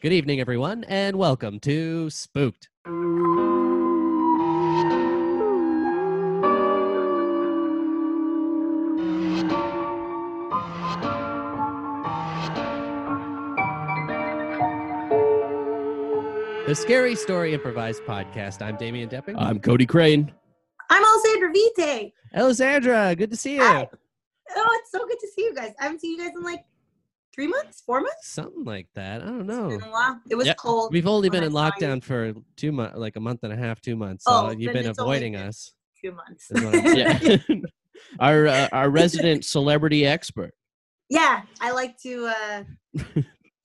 Good evening, everyone, and welcome to Spooked. The Scary Story Improvised Podcast. I'm Damian Depping. I'm Cody Crane. I'm Alessandra Vite. Alessandra, good to see you. Hi. Oh, it's so good to see you guys. I haven't seen you guys in like three months, four months. Something like that. I don't It's know. been a while. It was Yeah, cold. We've only when been in I saw you. lockdown for two months, like a month and a half, two months. So Oh, you've then been it's only avoiding been- us. Two months. Is what I'm- Yeah. our uh, our resident celebrity expert. yeah, I like to uh,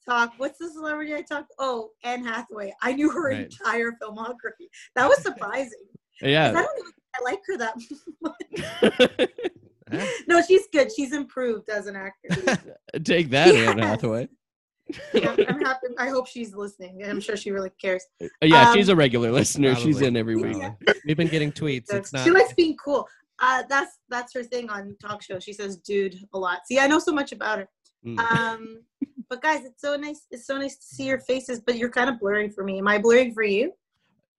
talk. What's the celebrity I talk? Oh, Anne Hathaway. I knew her Right. entire filmography. That was surprising. 'Cause I Yeah. don't even think I like her that much. Huh? No, she's good. She's improved as an actor. Take that, Anne Yes. Hathaway. I'm, I'm happy. I hope she's listening, and I'm sure she really cares. Uh, Yeah, Um, she's a regular listener. She's Probably. in every week. Yeah. Probably. We've been getting tweets. So It's not. "Oh, she likes being cool. Uh, that's that's her thing on talk shows. She says "dude" a lot. See, I know so much about her. Mm. Um, but guys, it's so nice. It's so nice to see your faces. But you're kind of blurring for me. Am I blurring for you? Oh,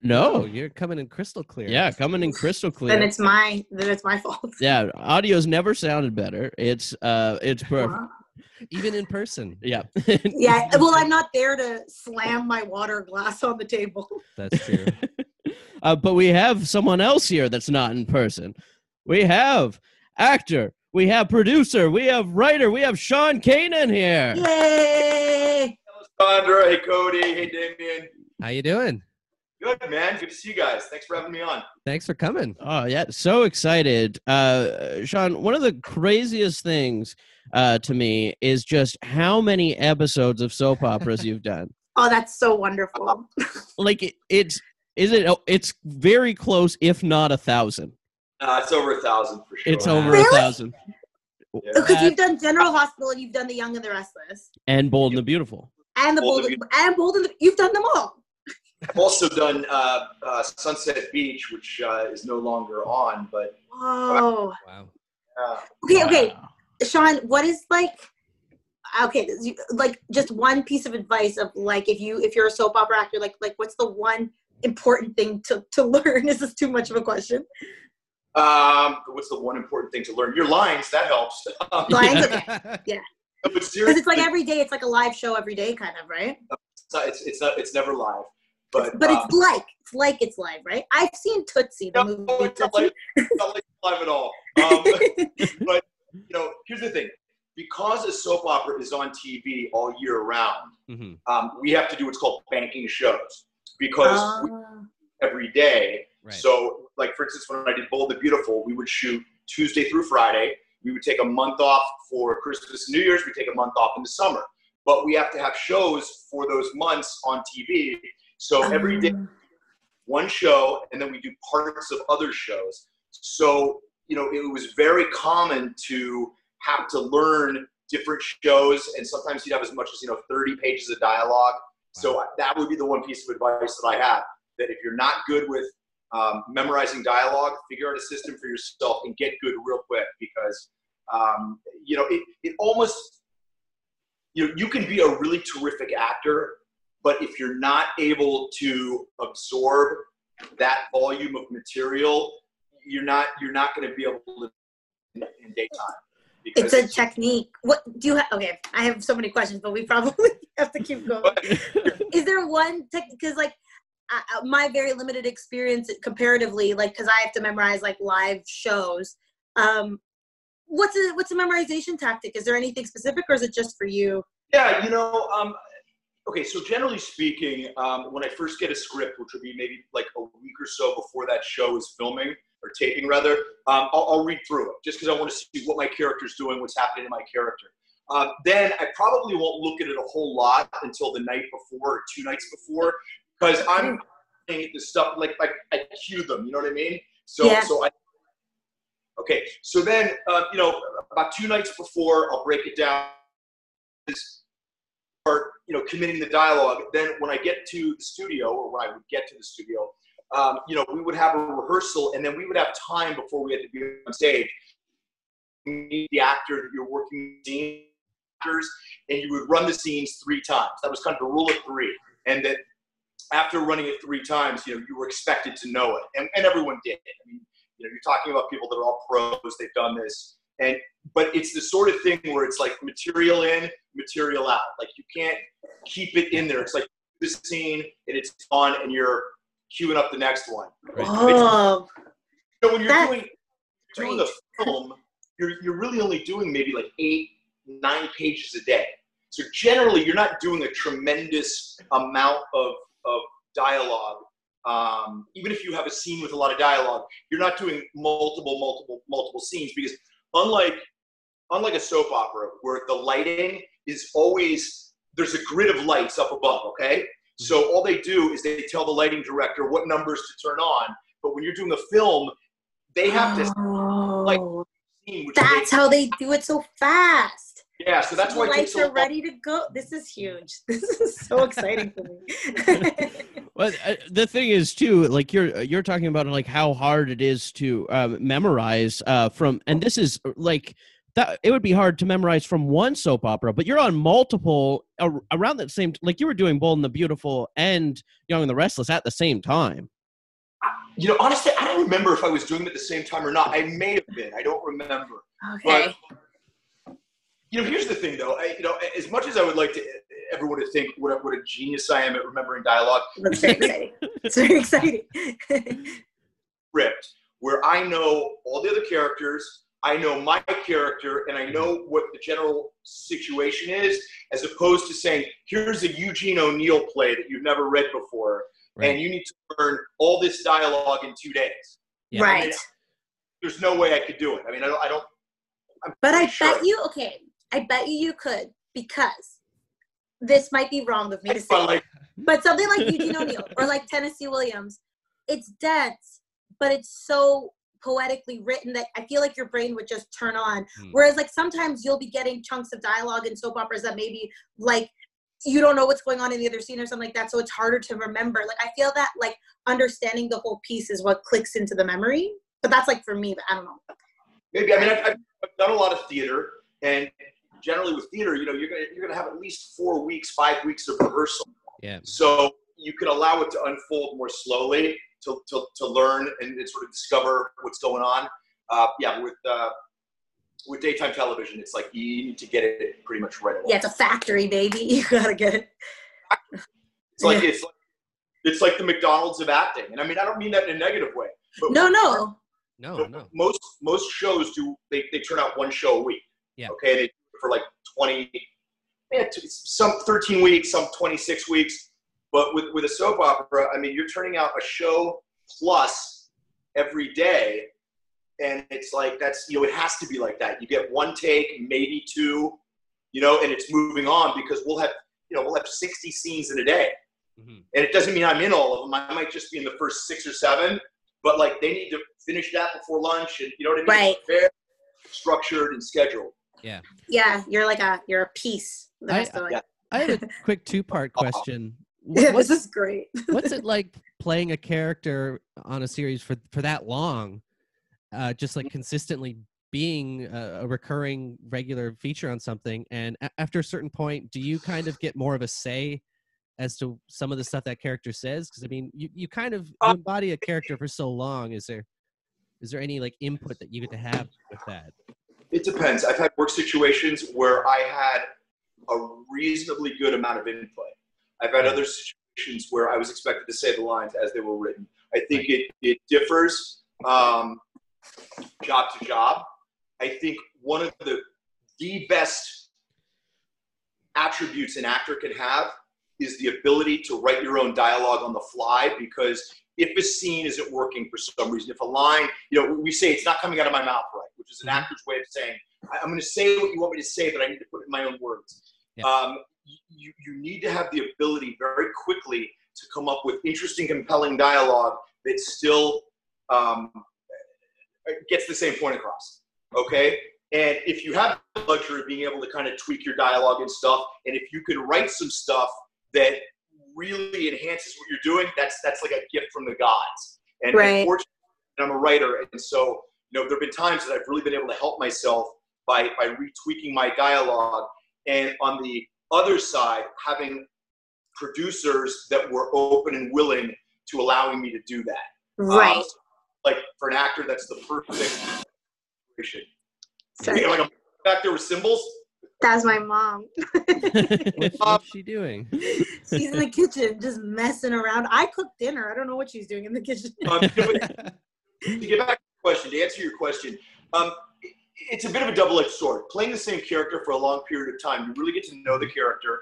No. you're coming in crystal clear. Yeah, coming in crystal Oh, Then clear. it's my then it's my fault. Yeah, audio's never sounded better. It's uh, it's perfect. Wow. even in person. Yeah. yeah. Well, I'm not there to slam my water glass on the table. That's true. uh, but we have someone else here that's not in person. We have actor. We have producer. We have writer. We have Sean Kanan here. Yay! Sandra, hey Cody, hey Damien. How you doing? Good man, good to see you guys. Thanks for having me on. Thanks for coming. Oh yeah, so excited, uh, Sean. One of the craziest things uh, to me is just how many episodes of soap operas you've done. Oh, that's so wonderful. Like it, it's is it? oh, It's very close, if not a thousand. Uh, it's over a thousand for sure. It's over a Really? thousand. Oh, Yeah. Because Uh, you've done General Hospital and you've done The Young and the Restless and Bold and the Beautiful. and the Bold Bold and and Bold and the, you've done them all. I've also done uh, uh, Sunset Beach, which uh, is no longer on, but Whoa. Wow. uh, Okay, okay. Wow. Sean, what is like okay, this- you- like just one piece of advice of like if you if you're a soap opera actor, like like what's the one important thing to to learn? Is this too much of a question? um, what's the one important thing to learn? Your lines, that helps. Um, Lines? Yeah. Okay. but Because seriously, it's like every day, it's like a live show every day, kind of, right? it's, not, it's, it's not, it's never live. But, But um, it's like it's like it's live, right? I've seen Tootsie, the movie. No, Oh, it's uh, not Tootsie. like, it's not like live at all. Um, but you know, here's the thing: because a soap opera is on TV all year round, hmm um, we have to do what's called banking shows because we- Ah. every day. Right. So, like for instance, when I did Bold the Beautiful, we would shoot Tuesday through Friday. We would take a month off for Christmas, New Year's. We take a month off in the summer, but we have to have shows for those months on TV. So Ah. every day one show and then we do parts of other shows. So, you know, it was very common to have to learn different shows and sometimes you'd have as much as, you know, 30 pages of dialogue. So that would be the one piece of advice that I have that if you're not good with um, memorizing dialogue, figure out a system for yourself and get good real quick because, um, you know, it, it almost, you know, you can be a really terrific actor but if you're not able to absorb that volume of material you're not you're not going to be able to in, in daytime It's a technique. What do you have? Okay, I have so many questions, but we probably have to keep going. Is there one tech? Because like I, I- my very limited experience comparatively, like because I have to memorize like live shows. Um, what's a what's a memorization tactic? Is there anything specific, or is it just for you? yeah you know um, okay so generally speaking um, when i first get a script which would be maybe like a week or so before that show is filming or taping rather um, I'll, I'll read through it just because i want to see what my character's doing what's happening to my character um, then i probably won't look at it a whole lot until the night before or two nights before because i'm looking at the stuff like, like i cue them you know what i mean so Yeah. so i okay so then uh, you know about two nights before i'll break it down is start you know committing the dialogue then when i get to the studio or when i would get to the studio um, you know we would have a rehearsal and then we would have time before we had to be on stage meet the actor that you're working with actors, and you would run the scenes three times. That was kind of the rule of three, and that after running it three times, you know, you were expected to know it, and, and everyone did. I mean, you know, you're talking about people that are all pros; they've done this, and but it's the sort of thing where it's like material in, material out. Like you can't keep it in there. It's like the scene, and it's on, and you're queuing up the next one. Oh, So when you're That- doing doing a film, you're you're really only doing maybe like eight, nine pages a day. So generally, you're not doing a tremendous amount of of dialogue. Um, even if you have a scene with a lot of dialogue, you're not doing multiple, multiple, multiple scenes because unlike unlike a soap opera where the lighting is always there's a grid of lights up above. Okay, so all they do is they tell the lighting director what numbers to turn on. But when you're doing a film, they have to like, Oh, scene, which that's how they do it so fast. they- yeah. So that's the why it takes lights so are long. ready to go. This is huge. This is so exciting for me. Well, uh, the thing is too, like you're uh, you're talking about like how hard it is to um, memorize uh, from, and this is like that. It would be hard to memorize from one soap opera, but you're on multiple ar- around that same. Like you were doing Bold and the Beautiful and Young and the Restless at the same time. You know, honestly, I don't remember if I was doing it at the same time or not. I may have been. I don't remember. okay. You know, here's the thing though. I, you know, as much as I would like to everyone to think what, a- what a genius I am at remembering dialogue, That's very exciting. It's very exciting. script where I know all the other characters, I know my character, and I know what the general situation is, as opposed to saying, here's a Eugene O'Neill play that you've never read before, Right. and you need to learn all this dialogue in two days. Yeah. Right. There's no way I could do it. I mean, I don't. I don't I'm But I pretty sure. bet you, okay, I bet you you could because this might be wrong of me to But say, like, but something like Eugene O'Neill or like Tennessee Williams, it's dense, but it's so poetically written that I feel like your brain would just turn on. Hmm. Whereas like sometimes you'll be getting chunks of dialogue in soap operas that maybe like you don't know what's going on in the other scene or something like that, so it's harder to remember. Like I feel that like understanding the whole piece is what clicks into the memory. But that's like for me, but I don't know. maybe I mean I've, I've done a lot of theater, and generally with theater, you know, you're gonna you're gonna have at least four weeks, five weeks of rehearsal. Yeah. So you can allow it to unfold more slowly to, to, to learn and, and sort of discover what's going on. Uh, yeah, with uh, with daytime television, it's like you need to get it pretty much right away. Yeah, it's a factory, baby. You gotta get it. It's like it's like, it's like the McDonald's of acting, and I mean I don't mean that in a negative way. But No, no. No, no. most most shows do they, they turn out one show a week. Yeah. Okay, they do it for like twenty, yeah, t- some thirteen weeks, some twenty six weeks. But with with a soap opera, I mean, you're turning out a show plus every day, and it's like that's you know it has to be like that. You get one take, maybe two, you know, and it's moving on because we'll have you know we'll have sixty scenes in a day Mhm. and it doesn't mean I'm in all of them. I might just be in the first six or seven, but like they need to finish that before lunch, and you know what I mean. Right. It's Very structured and scheduled. Yeah, you're like a you're a piece. that I- has to, like- I have a quick two-part question. yeah, Wh- this What's, Uh, is great. what's it like playing a character on a series for for that long? Uh, just like consistently being a, a recurring regular feature on something, and a- after a certain point, do you kind of get more of a say as to some of the stuff that character says? Because I mean, you, you kind of you Uh, embody a character for so long. Is there is there any like input that you get to have with that? It depends. I've had work situations where I had a reasonably good amount of input. I've had other situations where I was expected to say the lines as they were written. I think it, it differs um, job to job. I think one of the the best attributes an actor can have is the ability to write your own dialogue on the fly because if a scene isn't working for some reason, if a line, you know, we say it's not coming out of my mouth right, which is an actor's way of saying, I- I'm going to say what you want me to say, but I need to put it in my own words. Yeah. Um, you, you need to have the ability very quickly to come up with interesting, compelling dialogue that still um, gets the same point across. Okay? And if you have the luxury of being able to kind of tweak your dialogue and stuff, and if you can write some stuff that really enhances what you're doing, that's that's like a gift from the gods. And Right. unfortunately, I'm a writer, and so you know there have been times that I've really been able to help myself by by retweaking my dialogue, and on the other side having producers that were open and willing to allowing me to do that Right. Um, like for an actor, that's the perfect situation. So Yeah, like I'm back there with cymbals. that's my mom. What's, what's she doing? She's in the kitchen just messing around. I cook dinner. I don't know what she's doing in the kitchen. Um, to get back to your question, to answer your question, um, it- it's a bit of a double-edged sword. Playing the same character for a long period of time, you really get to know the character,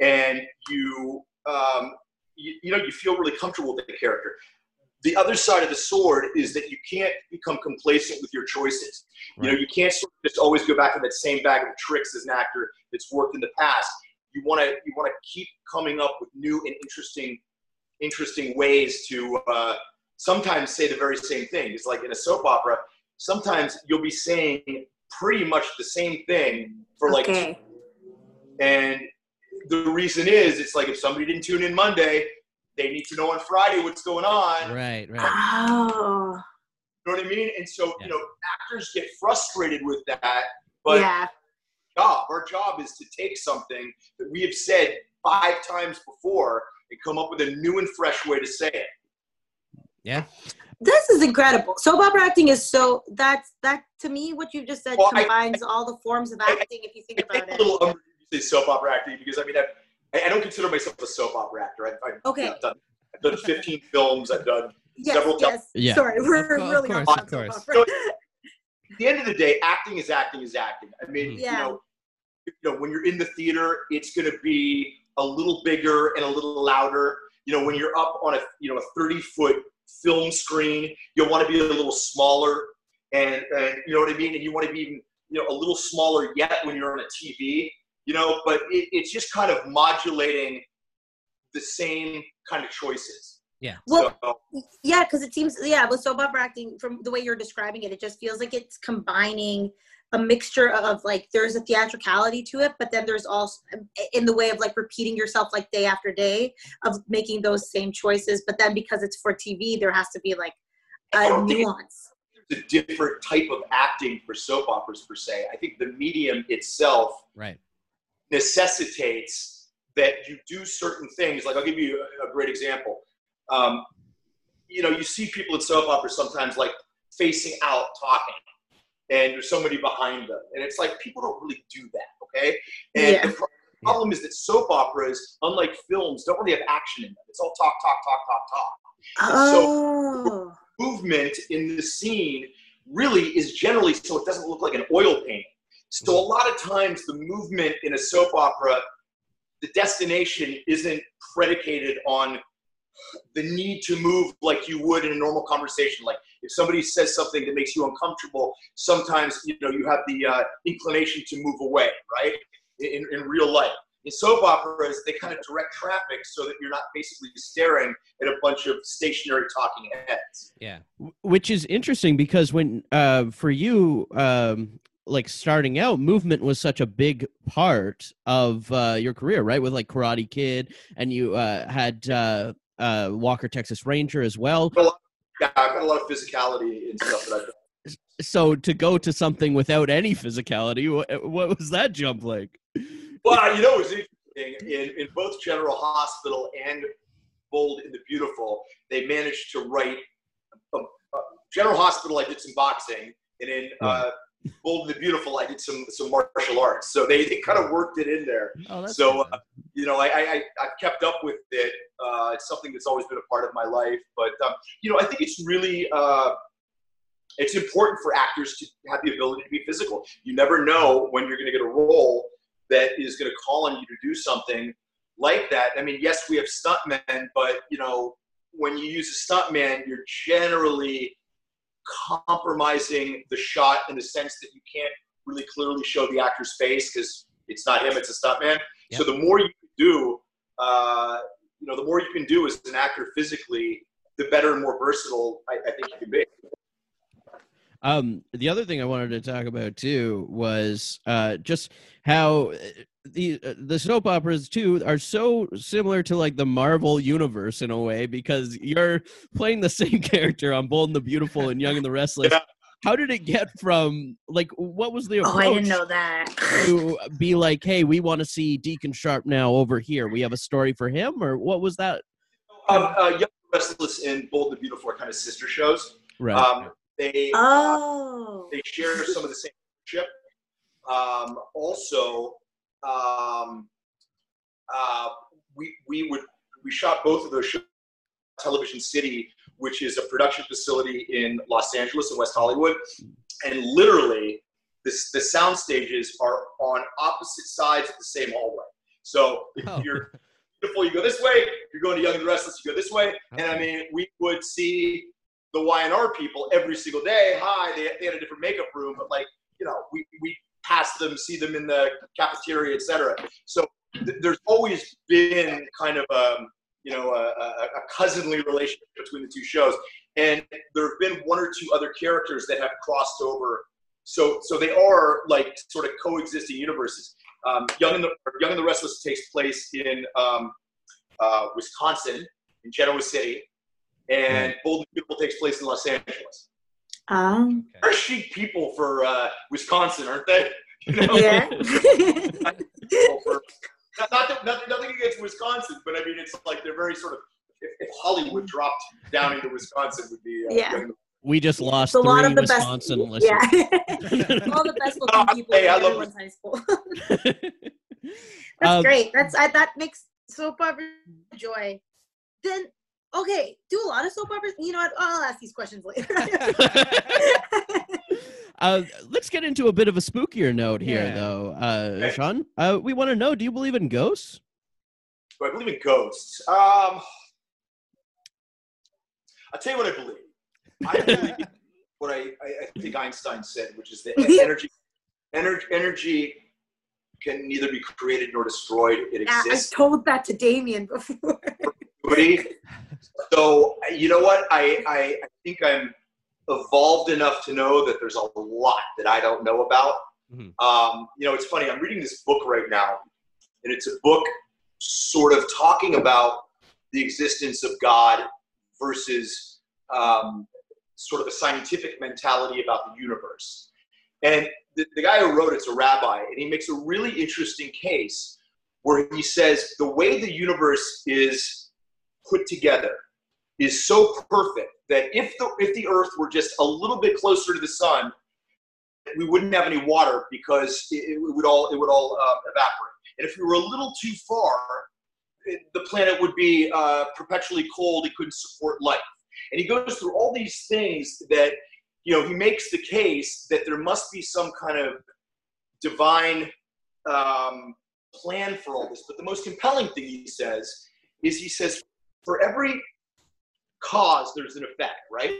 and you um, you, you know you feel really comfortable with the character. The other side of the sword is that you can't become complacent with your choices. You know, you can't sort of just always go back to that same bag of tricks as an actor that's worked in the past. You want to you want to keep coming up with new and interesting interesting ways to uh, sometimes say the very same thing. It's like in a soap opera, sometimes you'll be saying pretty much the same thing for like okay. and the reason is it's like if somebody didn't tune in Monday, they need to know on Friday what's going on. Right, right. Oh. You know what I mean? And so, Yeah. you know, actors get frustrated with that, but yeah. job. Our job is to take something that we have said five times before and come up with a new and fresh way to say it. This is incredible. Soap opera acting is so that's that to me what you just said Well, I- combines all the forms of I- acting if you think I about it. take a little umbrage when you say soap opera acting because I mean I've, I I don't consider myself a soap opera actor. I've, I've, Okay. I've done, I've done 15 films. I've done. Yes, several times. yes. Yeah. Sorry, we're co- of really course, off of on soap course. opera. At the end of the day, acting is acting is acting. I mean, Yeah. you know, you know, when you're in the theater, it's going to be a little bigger and a little louder. You know, when you're up on a you know a 30 foot film screen, you'll want to be a little smaller, and, and you know what I mean. And you want to be even you know a little smaller yet when you're on a TV. You know, but it, it's just kind of modulating the same kind of choices. Well, so, yeah because it seems yeah with soap opera acting from the way you're describing it it just feels like it's combining a mixture of like there's a theatricality to it but then there's also in the way of like repeating yourself like day after day of making those same choices but then because it's for tv there has to be like I a don't think it- nuance there's a different type of acting for soap operas per se. I think the medium itself Right. necessitates that you do certain things. Like I'll give you a- a great example. Um, you know, you see people in soap operas sometimes like facing out talking, and there's somebody behind them, and it's like people don't really do that, okay? And Yeah. the pro- problem is that soap operas, unlike films, don't really have action in them. It's all talk, talk, talk, talk, talk oh movement in the scene really is generally so it doesn't look like an oil painting. So a lot of times the movement in a soap opera, the destination isn't predicated on the need to move like you would in a normal conversation. Like if somebody says something that makes you uncomfortable, sometimes you know you have the uh, inclination to move away, right? In, in real life. In soap operas, they kind of direct traffic so that you're not basically staring at a bunch of stationary talking heads. Yeah. Wh- which is interesting because when uh for you um like starting out movement was such a big part of uh your career right with like karate kid and you uh had uh uh walker texas ranger as well yeah, I've got a lot of physicality and stuff that I've done. so to go to something without any physicality what, what was that jump like Well, you know, it was interesting. In, in both General Hospital and Bold and the Beautiful, they managed to write. Uh, uh, General Hospital, I did some boxing, and in uh, Bold and the Beautiful, I did some some martial arts. So they, they kind of worked it in there. Oh, that's So, good. You know, I, I, I- I've kept up with it. Uh, it's something that's always been a part of my life. But, um, you know, I think it's really. Uh, it's important for actors to have the ability to be physical. You never know when you're going to get a role that is going to call on you to do something like that. I mean, yes, we have stuntmen, but you know, when you use a stuntman, you're generally compromising the shot in the sense that you can't really clearly show the actor's face because it's not him; it's a stuntman. So the more you do, uh, you know, the more you can do as an actor physically, the better and more versatile I, I think you can be. Um, the other thing I wanted to talk about too was uh, just how uh, the uh, the soap operas too are so similar to like the Marvel universe in a way because you're playing the same character on Bold and the Beautiful and Young and the Restless, Yeah. how did it get from like what was the approach Oh, I didn't know that. to be like, hey, we want to see Deacon Sharp now over here. We have a story for him, or what was that? Um, uh, Young Restless and Bold and Beautiful are kind of sister shows. Right. Um, they uh, Oh. they share some of the same ship. Um, also, um, uh, we we would we shot both of those shows. at Television City, which is a production facility in Los Angeles in West Hollywood, and literally this, the sound stages are on opposite sides of the same hallway. So if Oh. you're beautiful, you go this way. If you're going to Young and the Restless, you go this way. And I Okay. mean, we would see the YNR people every single day. Hi, they, they had a different makeup room, but like, you know, we, we pass them, see them in the cafeteria, etc. So th- there's always been kind of um, you know, a, a, a cousinly relationship between the two shows. And there have been one or two other characters that have crossed over. So, so they are like sort of coexisting universes. Um, Young and the Young and the Restless takes place in um, uh, Wisconsin, in Genoa City, and Bold and Beautiful takes place in Los Angeles. Um. They're chic people for uh, Wisconsin, aren't they? You know? Yeah. people for not, not that, nothing, nothing against Wisconsin, but I mean it's like they're very sort of if, if Hollywood dropped down into Wisconsin would be uh, Yeah. young- we just lost It's a three lot of the best. Wisconsin Yeah. listeners. All the best Oh, looking people hey, in I love everyone's high school. That's Um, great. That's I, that makes soap opera joy. Then okay, do a lot of soap operas. You know what? I'll ask these questions later. Uh, let's get into a bit of a spookier note here, Yeah. though, uh, Okay. Sean. Uh, we want to know: Do you believe in ghosts? Do I believe in ghosts. Um, I'll tell you what I believe. I believe what I, I, I think Einstein said, which is that Mm-hmm. en- energy, energy, energy can neither be created nor destroyed. It yeah, I exists. told that to Damien before. Woody. So you know what? I, I I think I'm evolved enough to know that there's a lot that I don't know about. Mhm. Um, you know, it's funny. I'm reading this book right now, and it's a book sort of talking about the existence of God versus um, sort of a scientific mentality about the universe. And the, the guy who wrote it's a rabbi, and he makes a really interesting case where he says the way the universe is put together is so perfect that if the if the Earth were just a little bit closer to the sun, we wouldn't have any water because it, it would all it would all uh, evaporate. And if we were a little too far, it, the planet would be uh, perpetually cold; it couldn't support life. And he goes through all these things that you know he makes the case that there must be some kind of divine um, plan for all this. But the most compelling thing he says is he says, for every cause, there's an effect, right?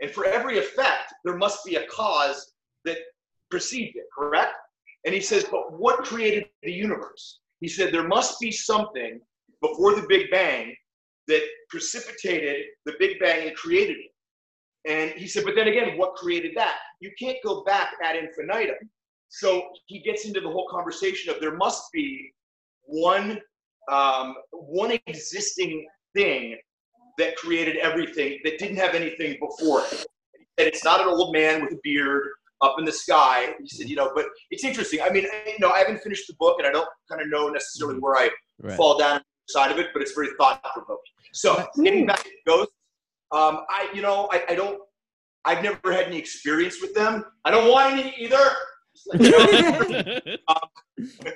And for every effect, there must be a cause that preceded it, correct? And he says, but what created the universe? He said, there must be something before the Big Bang that precipitated the Big Bang and created it. And he said, but then again, what created that? You can't go back ad infinitum. So he gets into the whole conversation of there must be one um, one existing thing that created everything that didn't have anything before it. And it's not an old man with a beard up in the sky. He said, you know, but it's interesting. I mean, I- you know, I haven't finished the book and I don't kind of know necessarily where I Right. fall down inside of it, but it's very thought provoking. So getting back to ghosts, um, I you know I, I don't I've never had any experience with them. I don't want any either. You know,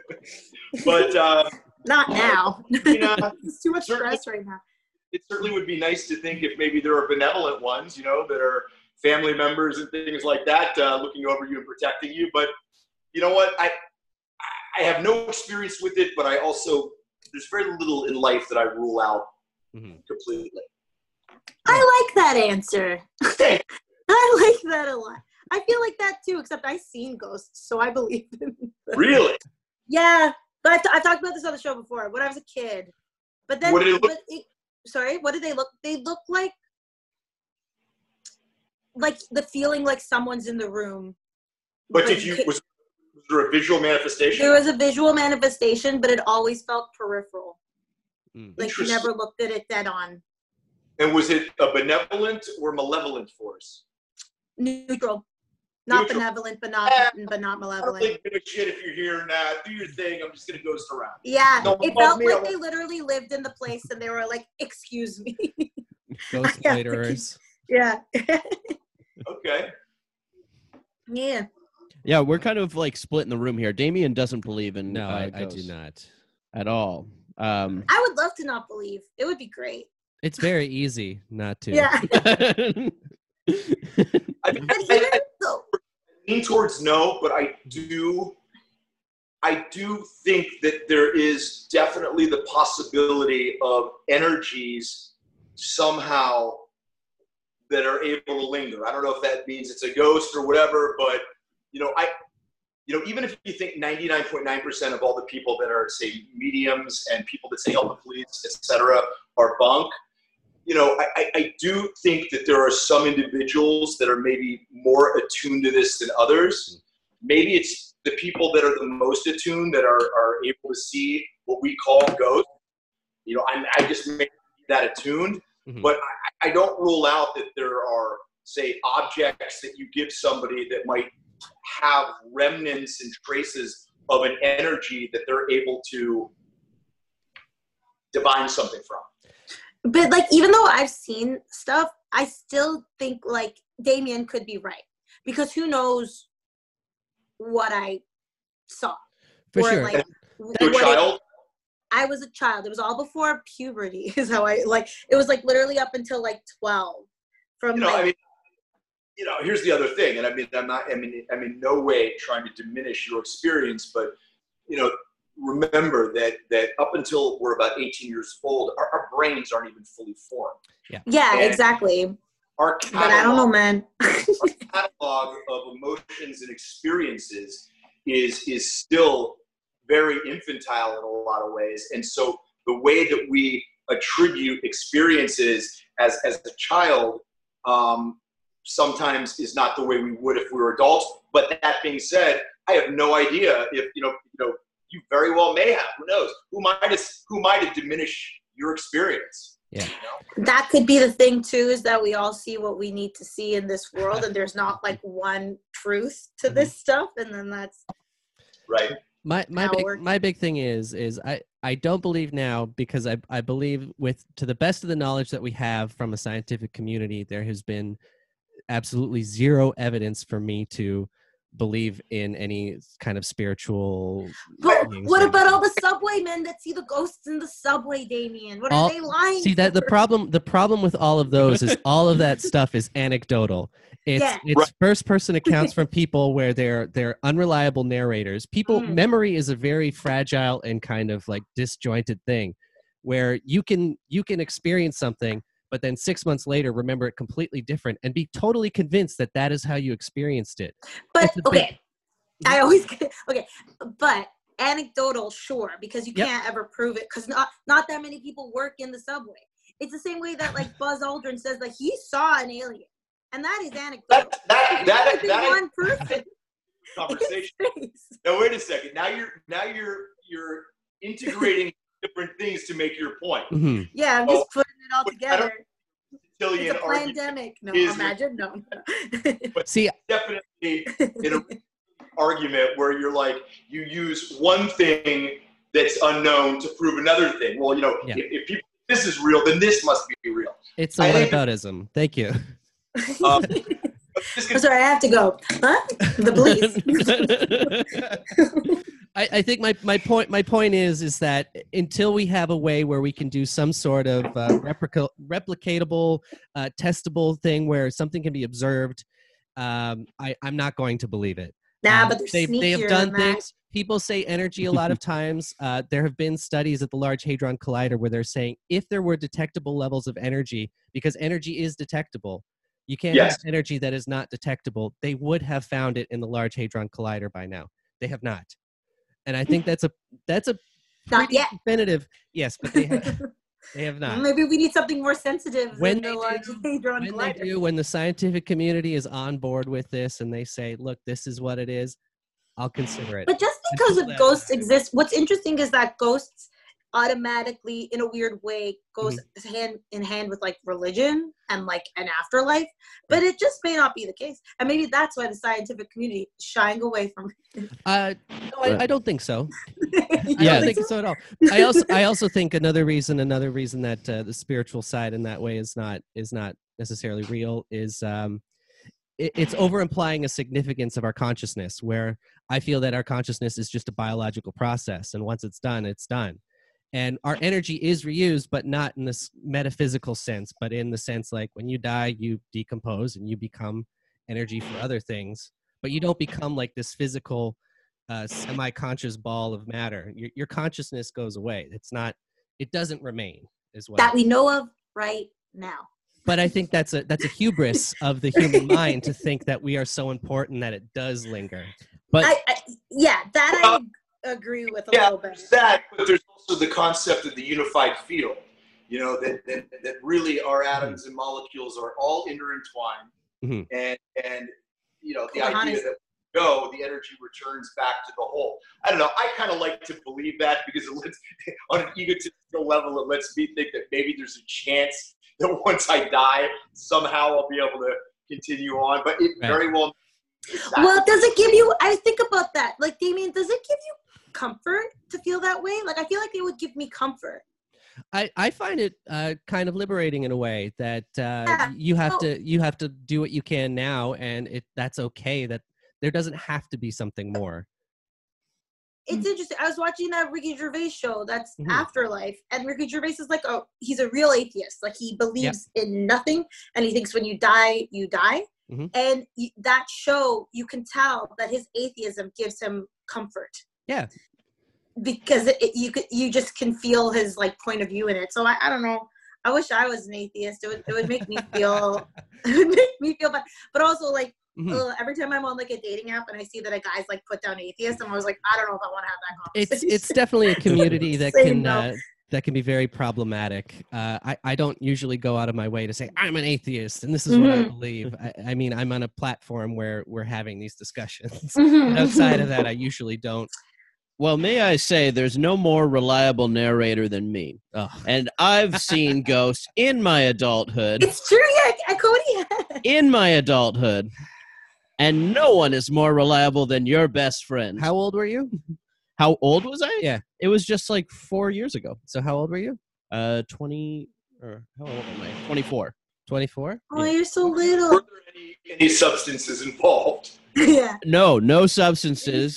but uh, Not now. you know, it's too much Certainly. stress right now. it certainly would be nice to think if maybe there are benevolent ones, you know, that are family members and things like that, uh, looking over you and protecting you. But you know what? I I have no experience with it, but I also there's very little in life that I rule out Mhm. completely. I like that answer. Thank I like that a lot. I feel like that too, except I've seen ghosts, so I believe them. Really? Yeah, but I've, t- I've talked about this on the show before. When I was a kid, but then What did it look- but it- sorry, what did they look? They look like like the feeling like someone's in the room. But did you could- was, was there a visual there manifestation? was a visual manifestation, but it always felt peripheral. Mm. Like you Interesting. never looked at it dead on. And was it a benevolent or malevolent force? neutral, not Neutral. benevolent, but not Yeah. but not I don't malevolent. think give a shit if you're here and uh, do your thing. I'm just gonna ghost around. Yeah, Don't it fuck felt me like up. they literally lived in the place and they were like, "Excuse me." Ghost I have to laterers. yeah, Okay. yeah. Yeah, we're kind of like split in the room here. Damien doesn't believe in No, uh, I, I do ghosts not. at all. Um, I would love to not believe. It would be great. It's very easy not to. Yeah, I mean, but I- here, I though, lean towards no, but I do, I do think that there is definitely the possibility of energies somehow that are able to linger. I don't know if that means it's a ghost or whatever, but you know, I, you know, even if you think 99.9% of all the people that are, say, mediums and people that say help the police, etc., are bunk, you know, I, I, I do think that there are some individuals that are maybe more attuned to this than others. Maybe it's the people that are the most attuned that are, are able to see what we call ghosts. You know, I'm, I just may not be that attuned, Mhm. but I, I don't rule out that there are, say, objects that you give somebody that might have remnants and traces of an energy that they're able to divine something from. but like, even though I've seen stuff, I still think like Damien could be right because who knows what I saw for or sure. like To a what it- child, I was a child. It was all before puberty. Is how I like. It was like literally up until like twelve. From you know, like, I mean, you know, here's the other thing, and I mean, I'm not, I mean, I mean, no way trying to diminish your experience, but you know, remember that that up until we're about 18 years old, our, our brains aren't even fully formed. yeah, and- exactly. Our But I don't know, catalog, man. our catalog of emotions and experiences is is still very infantile in a lot of ways, and so the way that we attribute experiences as as a child um, sometimes is not the way we would if we were adults. But that being said, I have no idea if you know you know you very well may have. Who knows? Who might have, who might have diminished your experience? Yeah. You know? That could be the thing too. Is that we all see what we need to see in this world, and there's not like one truth to Mm-hmm. this stuff. And then that's Right. my my Howard. big, my big thing is is I I don't believe now because I I believe with to the best of the knowledge that we have from a scientific community there has been absolutely zero evidence for me to believe in any kind of spiritual But beings what like about that. all the subway men that see the ghosts in the subway, Damien? What are All- they lying? See that the for? problem the problem with all of those is all of that stuff is anecdotal. It's Yeah. it's Right. first person accounts from people where they're they're unreliable narrators. People Mm. memory is a very fragile and kind of like disjointed thing where you can you can experience something but then 6 months later remember it completely different and be totally convinced that that is how you experienced it. But It's a big- Mhm. okay, I always get okay, but anecdotal, sure, because you Yep. can't ever prove it because not not that many people work in the subway. It's the same way that like Buzz Aldrin says that he saw an alien, and that is anecdotal. That that that Only that, been one person in conversation. space. Now wait a second. Now you're now you're you're integrating different things to make your point. Mhm. Yeah, I'm Oh, just putting it all but I together. It's Sicilian a argument pandemic. No, is- imagine no. See, definitely an argument where you're like you use one thing that's unknown to prove another thing. Well, you know, Yeah. if, if people this is real, then this must be real. it's a I think- whataboutism. Thank you. Um, I'm this could- sorry, I have to go. Huh? The police. I, I think my, my point my point is is that until we have a way where we can do some sort of uh, replica- replicatable, uh, testable thing where something can be observed, um, I I'm not going to believe it. nah, Um, but they're they sneakier they have done than that. things. People say energy a lot of times. Uh, there have been studies at the Large Hadron Collider where they're saying if there were detectable levels of energy, because energy is detectable, you can't Yes. have energy that is not detectable. They would have found it in the Large Hadron Collider by now. They have not, and I think that's a that's a Not pretty yet. definitive yes, but they have, they have not. Maybe we need something more sensitive When than the they Large do- Hadron when they Collider. do, when the scientific community is on board with this and they say, "Look, this is what it is," I'll consider it. But just because Until of that ghosts happens. exist, what's interesting is that ghosts automatically in a weird way goes Mm-hmm. hand in hand with like religion and like an afterlife but it just may not be the case and maybe that's why the scientific community is shying away from Uh, no, I, Right. I don't think so. it. I Yeah. don't think so at all. I also I also think another reason another reason that uh, the spiritual side in that way is not is not necessarily real is um it, it's over implying a significance of our consciousness where I feel that our consciousness is just a biological process and once it's done it's done. And our energy is reused but not in this metaphysical sense but in the sense like when you die you decompose and you become energy for other things but you don't become like this physical uh, semi-conscious ball of matter. Your, your consciousness goes away. It's not. It doesn't remain as well. that we know of right now but I think that's a that's a hubris of the human mind to think that we are so important that it does linger. But I, I yeah that i ag- agree with a Yeah, little bit there's that, but there's also the concept of the unified field. You know that that, that really our atoms and molecules are all intertwined, Mhm. and and you know the Cool, idea honest. that we go the energy returns back to the whole. I don't know. I kind of like to believe that because it lets, on an egotistical level, it lets me think that maybe there's a chance that once I die, somehow I'll be able to continue on. But it Right. very well. well does it give you i think about that like damien does it give you comfort to feel that way like i feel like it would give me comfort I, I find it uh, kind of liberating in a way that uh, Yeah. you have Oh. to you have to do what you can now, and it that's okay. That there doesn't have to be something more. it's interesting. I was watching that Ricky Gervais show that's Mhm. Afterlife, and Ricky Gervais is like, oh, he's a real atheist. Like he believes in nothing, and he thinks when you die, you die. Mhm. And y- that show, you can tell that his atheism gives him comfort. Yeah. because it, it- you could, you just can feel his like point of view in it. So I, I don't know. I wish I was an atheist. It would, it would make me feel, it would make me feel bad. But also, like, Mhm. Ugh, every time I'm on like a dating app and I see that a guy's like put down atheist, I'm always like, I don't know if I want to have that it's conversation. it's definitely a community that Say can no. uh, that can be very problematic. Uh, I I don't usually go out of my way to say I'm an atheist and this is what I Mhm. believe. I, I mean, I'm on a platform where we're having these discussions. Mhm. Outside of that, I usually don't. well, may I say, there's no more reliable narrator than me, Ugh. and I've seen ghosts in my adulthood. it's true. Yeah, I- I- Cody. yeah. In my adulthood. And no one is more reliable than your best friend. How old were you? How old was I? Yeah. It was just like four years ago. So how old were you? Uh, 20, or how old am I? 24. 24. Oh, you're so little. Were there any, any substances involved? yeah. No, no substances.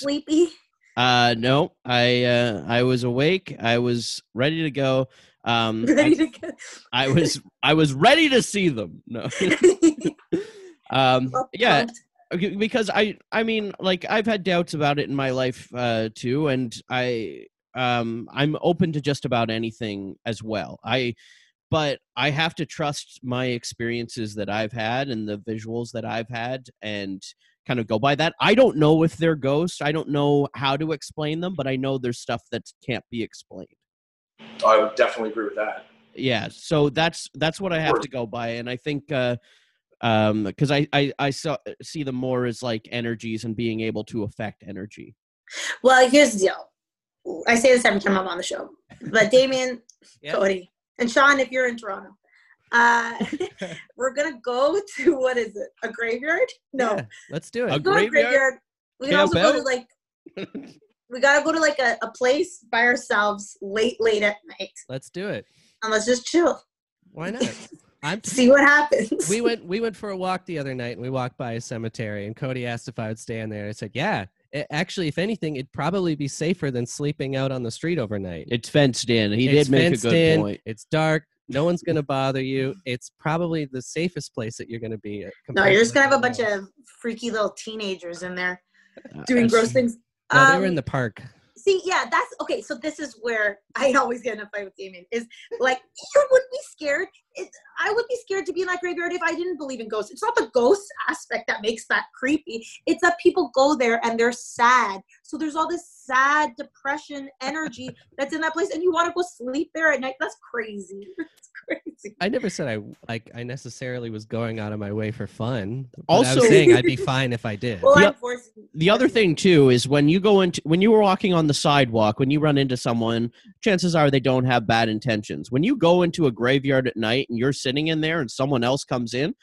Sleepy. Uh, no, I, uh, I was awake. I was ready to go. Um, Ready I, to go. I was, I was ready to see them. No. Oh, Um, yeah, Pumped. Okay, because i i mean like i've had doubts about it in my life uh too and i um i'm open to just about anything as well i but i have to trust my experiences that i've had and the visuals that i've had and kind of go by that i don't know if they're ghosts i don't know how to explain them but i know there's stuff that can't be explained I would definitely agree with that. yeah so that's that's what i have Sure. to go by and i think uh um because I, I i saw see them more as like energies and being able to affect energy Well, here's the deal. I say this every time I'm on the show, but Damien, Yeah. Cody, and Sean, if you're in Toronto, uh, we're gonna go to what is it? A graveyard? No. Yeah, let's do it. A go to graveyard? graveyard. We can Camp also go to out? like we gotta go to like a, a place by ourselves late, late at night. Let's do it. And let's just chill. Why not? I'm. See what happens. We went we went for a walk the other night and we walked by a cemetery and Cody asked if I would stay in there. I said, "Yeah." A- actually, if anything, it'd probably be safer than sleeping out on the street overnight. it's fenced in he It's did make a fenced good in, point It's dark. No one's going to bother you. It's probably the safest place that you're going to be. uh, at no, compared you're to just gonna have a everything bunch else. of freaky little teenagers in there Uh, doing it's- gross things. No, they were in Um, the park. See, yeah, that's okay. So this is where I always get in a fight with Damien. Is like you would be scared. It, I would be scared to be in that graveyard if I didn't believe in ghosts. It's not the ghost aspect that makes that creepy. It's that people go there and they're sad, So there's all this sad depression energy that's in that place, and you want to go sleep there at night. That's crazy. That's crazy. I never said I like I necessarily was going out of my way for fun. but I Also- was saying I'd be fine if I did. Well, The- I'm forcing. The other thing too is when you go into when you were walking on the sidewalk, when you run into someone, chances are they don't have bad intentions. When you go into a graveyard at night and you're sitting in there and someone else comes in,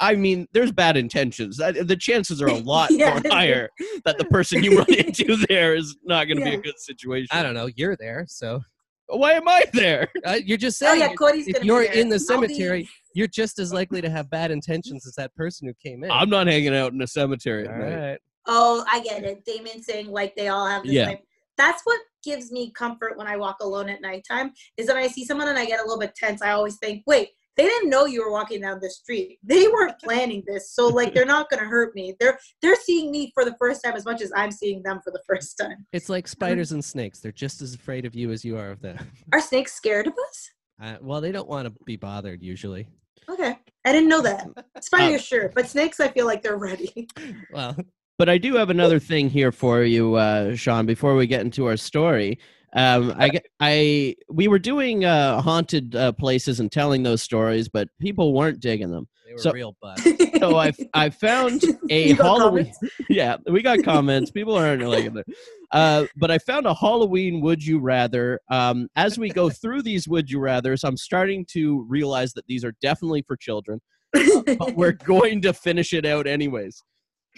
I mean, there's bad intentions. That- The chances are a lot Yeah. more higher that the person you run into there is not going to be a Yeah. good situation. I don't know. You're there, so Why am I there? uh, you're just Oh saying. yeah, Cody's if gonna you're be there. in the I'll be- cemetery, you're just as likely to have bad intentions as that person who came in. I'm not hanging out in a cemetery. All At night. right. Oh, I get it. Damon saying like they all have this Yeah. like- That's what gives me comfort when I walk alone at nighttime is that I see someone and I get a little bit tense. I always think, wait, they didn't know you were walking down the street. They weren't planning this. So like they're not gonna hurt me. They're they're seeing me for the first time as much as I'm seeing them for the first time. It's like spiders and snakes. They're just as afraid of you as you are of them. Are snakes scared of us? Uh, well, they don't want to be bothered usually. Okay. I didn't know that. Um, Spider, sure. But snakes I feel like they're ready. Well, But I do have another thing here for you, uh, Sean. Before we get into our story, um, I, get- I we were doing uh, haunted uh, places and telling those stories, but people weren't digging them. they were So- real butts. So I I found a You got Halloween. comments? yeah, we got comments. People aren't liking it. Uh, but I found a Halloween would you rather. Um, as we go through these would you rather's, I'm starting to realize that these are definitely for children. uh, but we're going to finish it out anyways.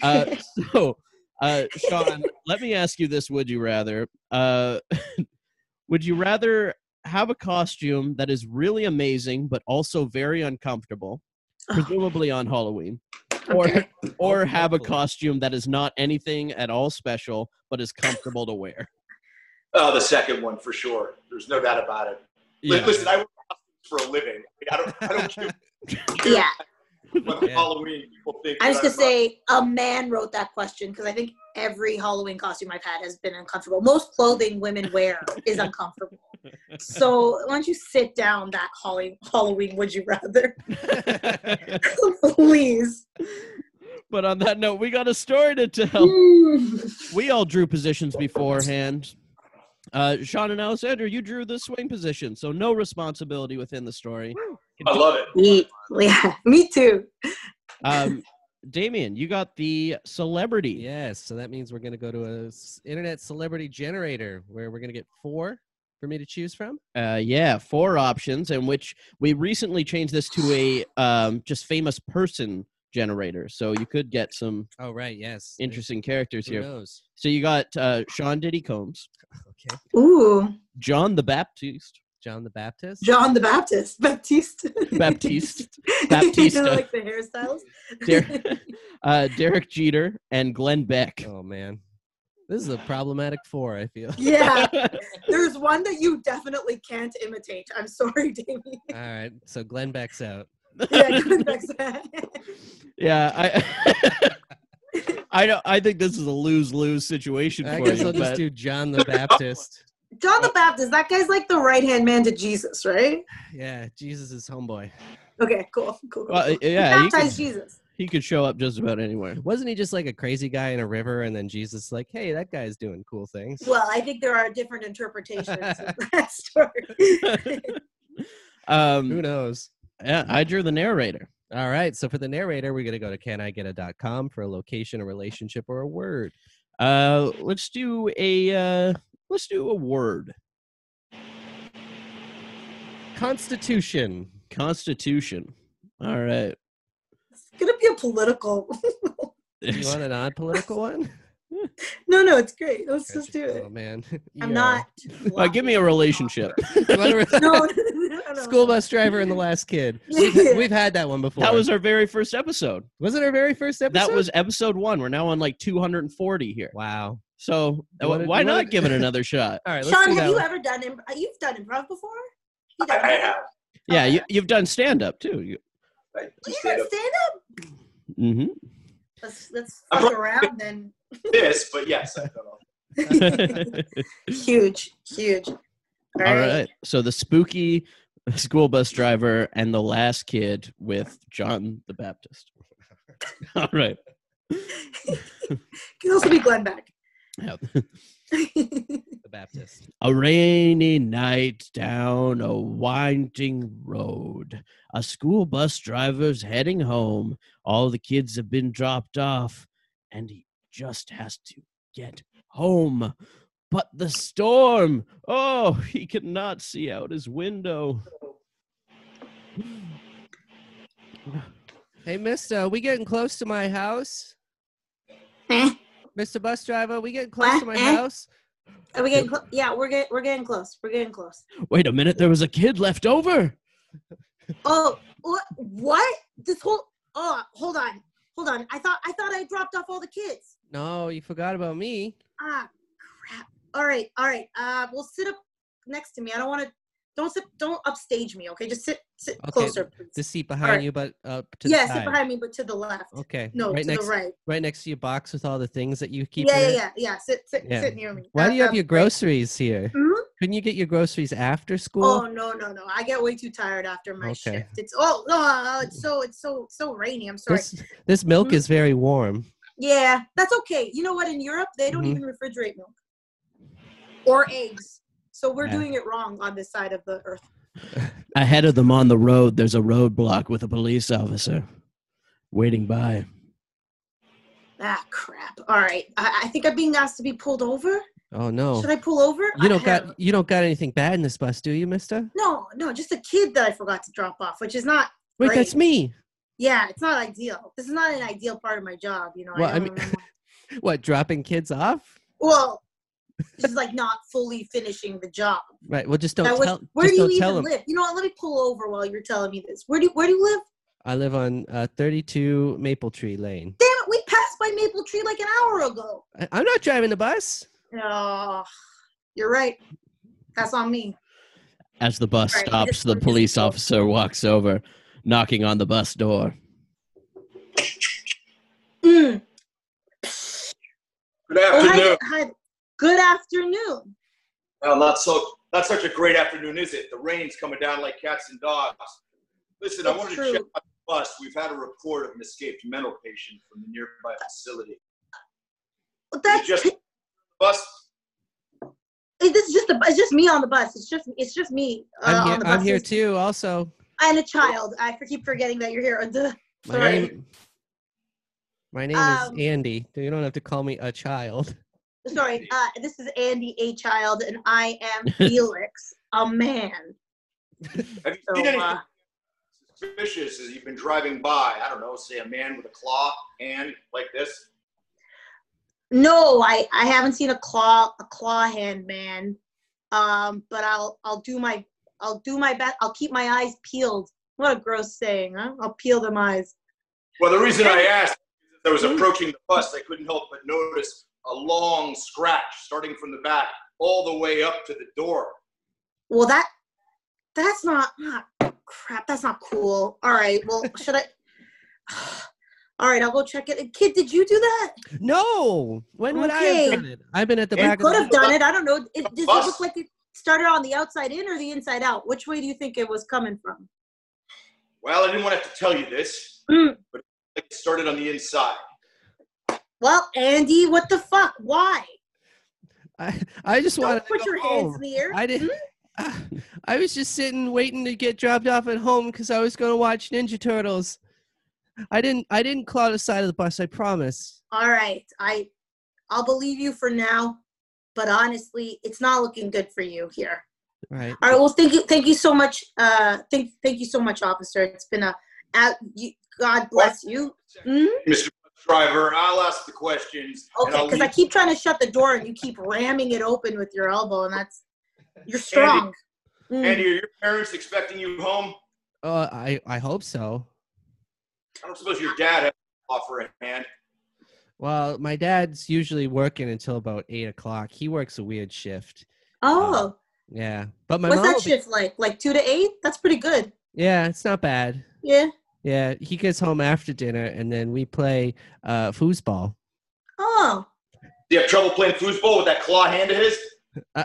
Uh, so, uh, Sean, let me ask you this: Would you rather? Uh, would you rather have a costume that is really amazing but also very uncomfortable, presumably on Halloween, or Okay. or have a Hopefully. costume that is not anything at all special but is comfortable to wear? Oh, the second one for sure. There's no doubt about it. Li- Listen, I work for a living. I, mean, I don't. I don't do yeah. but Yeah. Halloween. People think. I was that gonna I'm a- say a man wrote that question because I think every Halloween costume I've had has been uncomfortable. Most clothing women wear is uncomfortable. So why don't you sit down that Halloween? Halloween would you rather? Please. but on that note, we got a story to tell. Mm. we all drew positions beforehand. Uh, Sean and Alexander, you drew the swing position, so no responsibility within the story. I love it. Me, yeah, me too. Um, Damien, you got the celebrity. Yes, so that means we're going to go to a s- internet celebrity generator where we're going to get four for me to choose from. Uh, yeah, four options, in which we recently changed this to a um, just famous person generator. So you could get some Oh right, yes. There's- interesting characters Who here. knows? So you got uh, Sean Diddy Combs, Okay, Ooh, John the Baptist, John the Baptist. John the Baptist, Baptiste, Baptiste, Baptista. like the hairstyles. Der- uh, Derek Jeter, and Glenn Beck. Oh man, this is a problematic four. I feel. yeah, there's one that you definitely can't imitate. I'm sorry, Damien. All right, so Glenn backs out. yeah, go back to that. Yeah, I I don't I think this is a lose lose situation I for guess I'll you. just But do John the Baptist. John the Baptist, that guy's like the right hand man to Jesus, right? Yeah, Jesus is homeboy. Okay, cool, cool. cool. Well, cool. uh, yeah, he you could- baptized Jesus. he could show up just about anywhere. Wasn't he just like a crazy guy in a river, and then Jesus like, hey, that guy's doing cool things. Well, I think there are different interpretations of that story. Who Um, knows? yeah, I drew the narrator. All right, so for the narrator, we're gonna go to canigeta.com for a location, a relationship, or a word. Uh, let's do a uh, let's do a word. Constitution. Constitution. All right. it's gonna be a political. Do you want a non-political one? no, no, it's great. Let's just do Oh it. man, I'm Yeah. not. Uh, give me a relationship. You wanna re- no, no, no, no, no. School bus driver and the last kid. We've, we've had that one before. That was our very first episode. was it our very first episode. That was episode one. We're now on like 240 here. wow. So uh, You wanna- why you wanna- not give it another shot? All right, let's Sean, do have that. you one. ever done imp- uh, you've done improv before? You I, done I improv? have. Yeah, you, you've done stand up too. You, I You just done stand up stand up? mm-hmm. Let's let's I'm fuck around then. for this, but yes, I don't know. huge, huge. Mm-hmm. All right. So the spooky school bus driver and the last kid with John the Baptist. All right. Can also be Glenn Beck. Yeah. That's the Baptist. A rainy night down a winding road. A school bus driver's heading home. All the kids have been dropped off, and he just has to get home. But the storm! Oh, he cannot see out his window. Hey, Mister, we getting close to my house, Mister Bus Driver. We getting close to my Eh? house. Are we getting clo- yeah, we're getting we're getting close. We're getting close. Wait a minute, there was a kid left over. Oh, what? What? This whole oh, hold on, hold on. I thought I thought I dropped off all the kids. No, you forgot about me. Ah, crap. All right, all right. Uh, well, sit up next to me. I don't want to. Don't sit. Don't upstage me. Okay, just sit sit Okay, closer. Please. The seat behind Alright. you, but up to the yeah, sit side. behind me, but to the left. Okay. No, right to next, the right. right next to your box with all the things that you keep. Yeah, in yeah, it. yeah, yeah. Sit sit Yeah. sit near me. Why Uh, do you have um, your right. groceries here? Mhm. Couldn't you get your groceries after school? Oh no no no! I get way too tired after my Okay. shift. It's oh no! it's so it's so so rainy. I'm sorry. This this milk Mhm. is very warm. Yeah, that's okay. You know what? In Europe, they don't Mhm. even refrigerate milk or eggs. So we're Yeah. doing it wrong on this side of the earth. Ahead of them on the road, there's a roadblock with a police officer waiting by. Ah, crap. All right. I, I think I'm being asked to be pulled over. Oh no. Should I pull over? You I don't have- got you don't got anything bad in this bus, do you, Mister? No, no, just a kid that I forgot to drop off, which is not. Wait, Great. that's me. Yeah, it's not ideal. This is not an ideal part of my job, you know. Well, I I, don't mean- remember- What dropping kids off? well, this is like not fully finishing the job. Right. Well, just don't That was- tell. where just do you don't even tell them. live? You know what? Let me pull over while you're telling me this. Where do Where do you live? I live on uh, 32 Maple Tree Lane. Damn it! We passed by Maple Tree like an hour ago. I- I'm not driving the bus. Oh, you're right. That's on me. As the bus All right, stops, just- the just- police officer walks over, knocking on the bus door. Mm. Good Oh, afternoon. hi, hi. Good afternoon. Well, not so not such a great afternoon, is it? The rain's coming down like cats and dogs. Listen, I It's wanted true. to check out the bus. We've had a report of an escaped mental patient from the nearby facility. Well, Is that's it just bus? it- it's just the, it's just me on the bus. It's just it's just me uh, I'm on here. the bus. I'm here too. Also, And a child. I keep forgetting that you're here. Uh, duh. my Sorry. name. My name Um, is Andy. You don't have to call me a child. Sorry. Uh, this is Andy, a child, and I am Felix, a man. Have you So, seen anything uh, suspicious as you've been driving by? I don't know, say a man with a claw hand like this. No, I I haven't seen a claw a claw hand man. Um, but I'll I'll do my I'll do my best. I'll keep my eyes peeled. What a gross saying, huh? I'll peel them eyes. Well, the reason I asked is as I was Mhm. approaching the bus, I couldn't help but notice a long scratch starting from the back all the way up to the door. Well, that that's not ah, crap. That's not cool. All right. Well, should I? All right, I'll go check it. Kid, did you do that? No. When would I have Okay. done it? I've been at the You back. Could of the have done it. I don't know. It, does it Us. look like it started on the outside in or the inside out? Which way do you think it was coming from? Well, I didn't want to have to tell you this, Mm. but it started on the inside. Well, Andy, what the fuck? Why? I, I just wanted Don't to put go your home. hands Hmm? in the air. I didn't. I was just sitting waiting to get dropped off at home because I was going to watch Ninja Turtles. I didn't. I didn't claw the side of the bus. I promise. All right, I I'll believe you for now, but honestly, it's not looking good for you here. All right. All right. Well, thank you. Thank you so much. Uh, thank thank you so much, officer. It's been a, uh, you, God bless you. Mhm. Mr. Driver, I'll ask the questions. and Okay, I'll because I leave. keep trying to shut the door and you keep ramming it open with your elbow, and that's you're strong. Mm. Andy, are your parents expecting you home? Uh, I I hope so. I don't suppose your dad had to offer a hand. Well, my dad's usually working until about eight o'clock. He works a weird shift. oh, Yeah, but my what's mom. that will be- shift like? Like two to eight? That's pretty good. yeah, it's not bad. Yeah. Yeah, he gets home after dinner, and then we play uh, foosball. Oh, Do you have trouble playing foosball with that claw hand of his? Uh,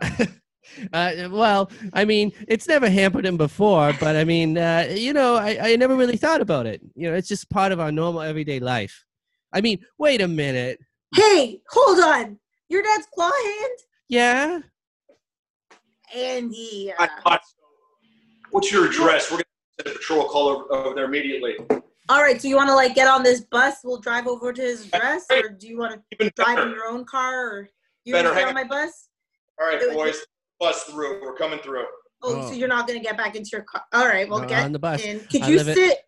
uh, well, I mean, it's never hampered him before, but I mean, uh, you know, I, I never really thought about it. You know, it's just part of our normal everyday life. I mean, wait a minute. hey, hold on. Your dad's claw hand? Yeah. Andy. I uh, thought so. What's your address? We're gonna send a patrol call over, over there immediately. All right, so you want to like get on this bus? We'll drive over to his address, or do you want to Even drive in better. your own car, or you Better gonna get hang on my bus? All right, It was- boys, bust through. We're coming through. Oh, Oh. so you're not gonna get back into your car? All right, well, No, get on the bus. in. Could I you live it- sit?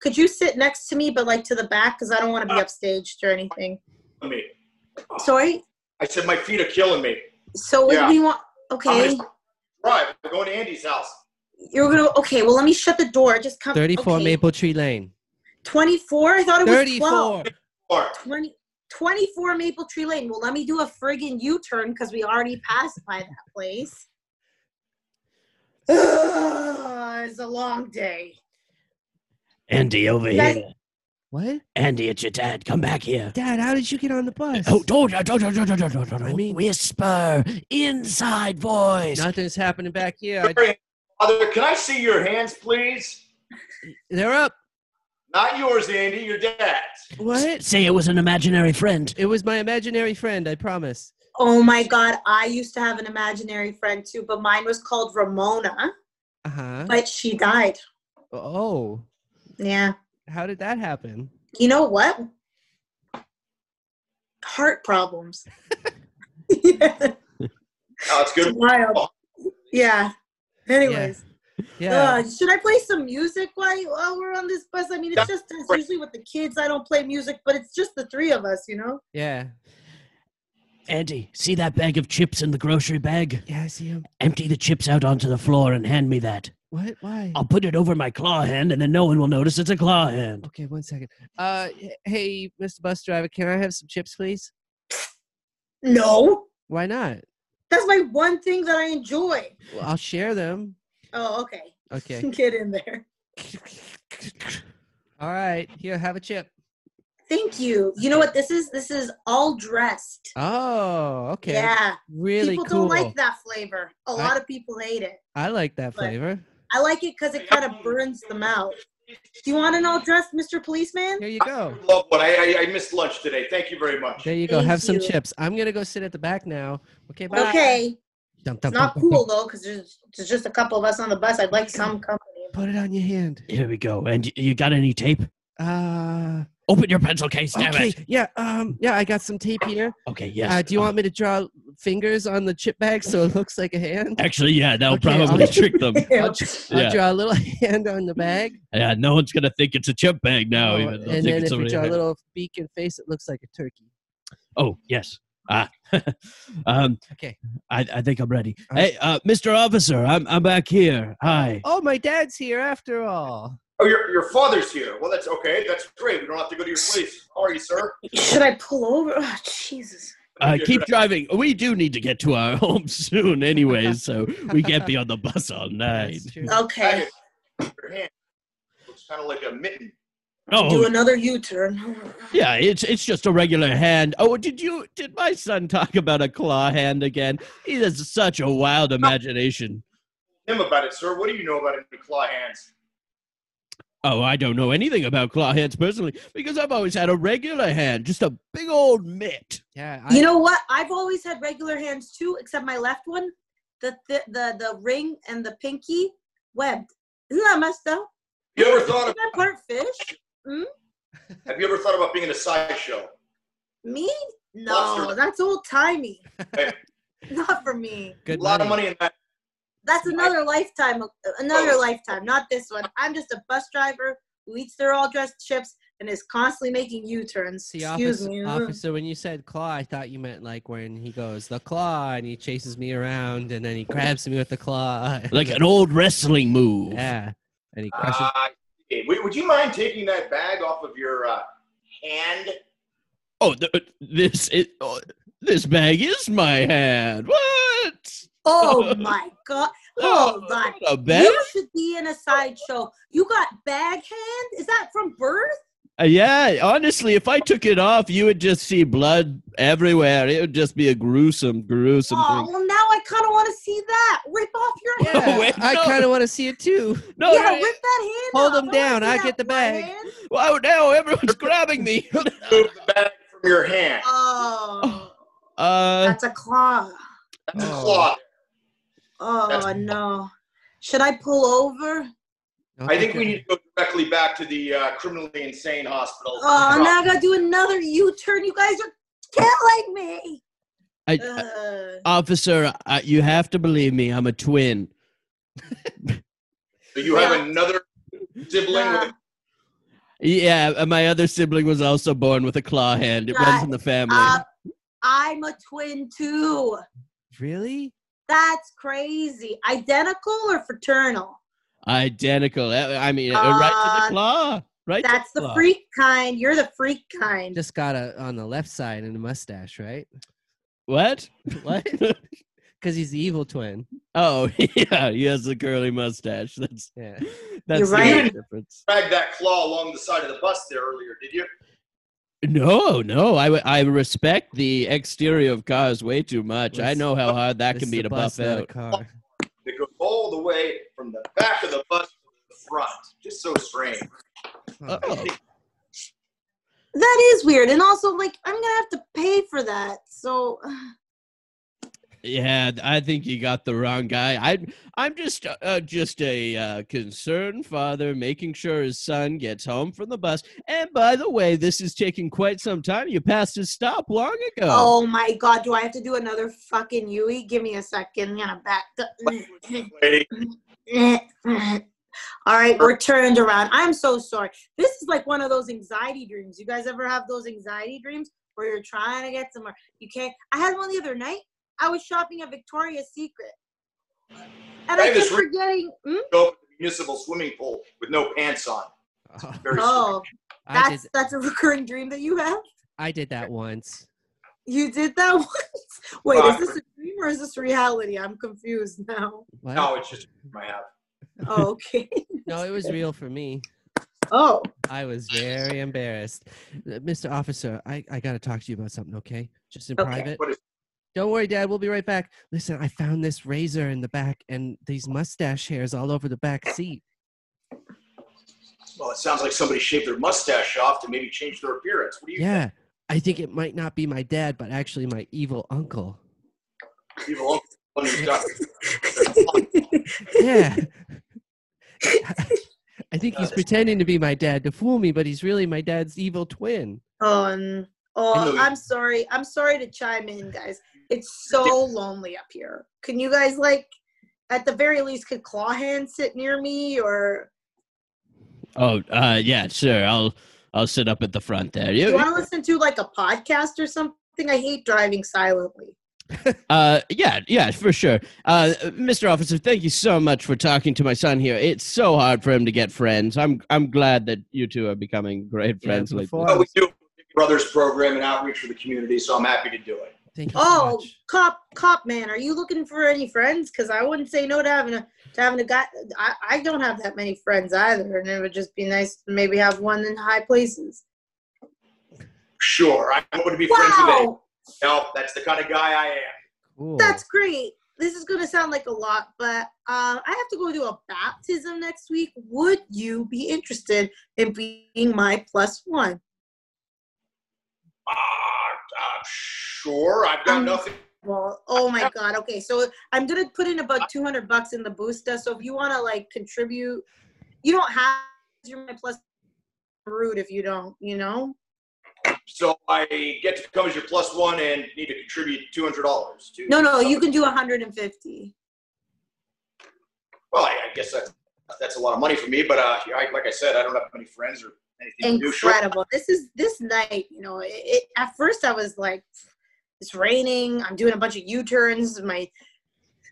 Could you sit next to me, but like to the back, because I don't want to be Uh. upstaged or anything. Let me. Sorry. I said my feet are killing me. So what Yeah. do you want? I'm Okay, gonna drive. We're going to Andy's house. you're gonna. Okay, well, let me shut the door. Just come. 34 okay. Maple Tree Lane. 24? I thought it was 12. 34. Or 20, 24 Maple Tree Lane. Well, let me do a friggin' U turn because we already passed by that place. Ugh, it's a long day. Andy over You guys- here. What? Andy, it's your dad. Come back here. Dad, how did you get on the bus? Oh, don't, don't, don't, don't, don't, don't, don't, I don't. mean- whisper inside voice. Nothing's happening back here. I, Father, can I see your hands, please? they're up. Not yours, Andy. Your dad's. What? Say it was an imaginary friend. It was my imaginary friend, I promise. Oh my God. I used to have an imaginary friend too, but mine was called Ramona, Uh huh. but she died. Oh, Yeah. how did that happen? You know what? Heart problems. No, it's It's Oh, good. wild. Yeah. Anyways. Yeah. Uh, should I play some music while, while we're on this bus? I mean, it's just it's usually with the kids. I don't play music, but it's just the three of us, you know. Yeah. Andy, see that bag of chips in the grocery bag? Yeah, I see him. Empty the chips out onto the floor and hand me that. What? Why? I'll put it over my claw hand and then no one will notice it's a claw hand. Okay, one second. Uh, h- hey, Mr. Bus Driver, can I have some chips, please? No, Why not? that's my one thing that I enjoy. Well, I'll share them. Oh, okay. Okay. Get in there. All right. Here, have a chip. Thank you. You know what this is? This is all dressed. Oh, okay. Yeah. Really people cool. don't like that flavor. A I- lot of people hate it. I like that but- flavor. I like it because it kind of burns them out. Do you want an all dressed Mr. Policeman? Here you I go. would love one. I, I, I missed lunch today. Thank you very much. There you go. Thank Have some you. chips. I'm gonna go sit at the back now. Okay, bye. Okay. Dum, dum, It's not dum, dum, dum. cool though because there's, there's just a couple of us on the bus. I'd like some company. Put it on your hand. Here we go. And y- you got any tape? Uh, Open your pencil case, damn okay. it. Yeah. Um. Yeah. I got some tape here. Okay, yes. Uh, do you Uh, want me to draw fingers on the chip bag so it looks like a hand? Actually, yeah, that'll Okay, I'll- probably trick them. I'll, tr- I'll Yeah. draw a little hand on the bag. Yeah, no one's gonna think it's a chip bag now. Oh, even they'll and think then it's if you already draw a had- little beak and face, it looks like a turkey. Oh yes. Ah. um, Okay. I, I think I'm ready. All right. Hey, uh, Mr. Officer, I'm I'm back here. Hi. Oh, my dad's here after all. Oh, your, your father's here. Well, that's okay. That's great. We don't have to go to your place. How are you, sir? Should I pull over? Oh, Jesus. Uh, Your keep address. driving. We do need to get to our home soon, anyway, so we can't be on the bus all night. That's true. Oh, Okay. Your hand looks kind of like a mitten. Do Oh, another U turn. yeah, it's it's just a regular hand. Oh, did you did my son talk about a claw hand again? He has such a wild Oh. imagination. Him about it, sir. What do you know about it? Claw hands. Oh, I don't know anything about claw hands personally because I've always had a regular hand, just a big old mitt. Yeah. I, You know what? I've always had regular hands too, except my left one, the the the, the ring and the pinky webbed. Isn't that messed up? You ever thought Isn't that part fish? of, Have you ever thought about being in a sideshow? Me? No, Lobster. that's old timey. Hey. Not for me. good a lot of money. money in that. That's another lifetime. Another Oh. lifetime. Not this one. I'm just a bus driver who eats their all dressed chips and is constantly making U turns. See, Excuse officer, me. officer, when you said claw, I thought you meant like when he goes the claw and he chases me around and then he grabs me with the claw. and like then- an old wrestling move. yeah, and he crushes. Uh, hey, would would you mind taking that bag off of your uh, hand? Oh, th- this is oh, this bag is my hand. What? Oh my god. Oh my what a bag? You should be in a sideshow. You got bag hand? Is that from birth? Uh, yeah, honestly, if I took it off, you would just see blood everywhere. It would just be a gruesome, gruesome Oh, well, now I kind of want to see that. Rip off your hand. Yeah, Wait, I no. kind of want to see it too. thing. No, yeah, no, rip that hand. Oh, Hold off. him I wanna down. see I that get the blood bag. hand. wow, now everyone's grabbing me. Move the bag from your hand. Oh. Uh, That's a claw. That's a Oh. claw. Oh That's- no. Should I pull over? I think we need to go directly back to the uh, criminally insane hospital. Oh, now I gotta do another U-turn. You guys are killing me. I, Uh, Uh, Ugh. officer, I, you have to believe me. I'm a twin. So you have another sibling Nah. with Yeah, and my other sibling was also born with a claw hand. It runs Uh, in the family. Uh, I'm a twin too. really. That's crazy. Identical or fraternal? Identical. Uh, I mean, uh, right to uh, the claw. Right. to That's the claw. freak kind. You're the freak kind. Just got a on the left side and a mustache, right? What? What? Because he's the evil twin. oh, yeah. He has the curly mustache. That's Yeah. that's You're the right. only difference. dragged that claw along the side of the bus there earlier, did you? No, no. I, w- I respect the exterior of cars way too much. I This- know how hard that This can is be a to bus, buff not a out. car. That goes all the way from the back of the bus to the front. Just so strange. Oh. Oh. That is weird. And also, like, I'm gonna have to pay for that. So Yeah, th- I think you got the wrong guy. I I'm just uh, uh, just a uh, concerned father making sure his son gets home from the bus. And by the way, this is taking quite some time. You passed his stop long ago. oh, my god, do I have to do another fucking Yui? Give me a second. I'm gonna back Wait, All right, we're turned around. I'm so sorry. This is like one of those anxiety dreams. You guys ever have those anxiety dreams where you're trying to get somewhere? You can't. I had one the other night. I was shopping at Victoria's Secret. And I I have this kept re- forgetting. Hmm? Go to the municipal swimming pool with no pants on. Oh, Very strange. Oh, I did that's that's a recurring dream that you have. I did that once. You did that once. Wait, Well, is this a dream or is this reality? I'm confused now. What? No, it's just my hat. Oh, okay. No, it was real for me. Oh, I was very embarrassed. Uh, Mr. Officer, I, I got to talk to you about something, okay? Just in Okay. private. What is- Don't worry, Dad. We'll be right back. Listen, I found this razor in the back and these mustache hairs all over the back seat. Well, it sounds like somebody shaved their mustache off to maybe change their appearance. What do you Yeah, I think it might not be my dad, but actually my evil uncle. think? Evil uncle. Funny as Yeah. I think he's pretending to be my dad to fool me, but he's really my dad's evil twin. oh, n- oh, Hello. I'm sorry. I'm sorry to chime in, guys. It's so lonely up here. Can you guys like, at the very least, could Clawhand sit near me or Oh, uh, yeah, sure. I'll I'll sit up at the front there. do You- you want to listen to like a podcast or something? I hate driving silently. Uh, yeah, yeah, for sure. Uh, Mr. Officer, thank you so much for talking to my son here. It's so hard for him to get friends. I'm I'm glad that you two are becoming great Yeah, friends. like before Well, I we was- do brothers program and outreach for the community, so I'm happy to do it. thank you so Oh, much. cop, cop man, are you looking for any friends? Because I wouldn't say no to having a to having a guy. I, I don't have that many friends either, and it would just be nice to maybe have one in high places. Sure, I want to be friends with anyone. Wow, No, that's the kind of guy I am. Cool. that's great. This is gonna sound like a lot, but uh, I have to go do a baptism next week. Would you be interested in being my plus one? Uh, uh, sure, I've got Um, nothing. Well, oh my god. Okay, so I'm gonna put in about 200 bucks in the booster. So if you wanna like contribute, you don't have. You're my plus. Rude if you don't. You know. So I get to come as your plus one and need to contribute two hundred dollars to. No, no, you somebody. can do 150. Well, I, I guess that's that's a lot of money for me, but uh, I, like I said, I don't have many friends or anything. to do. Sure. Incredible. This is this night. You know, it, it, at first I was like, it's raining. I'm doing a bunch of U-turns. My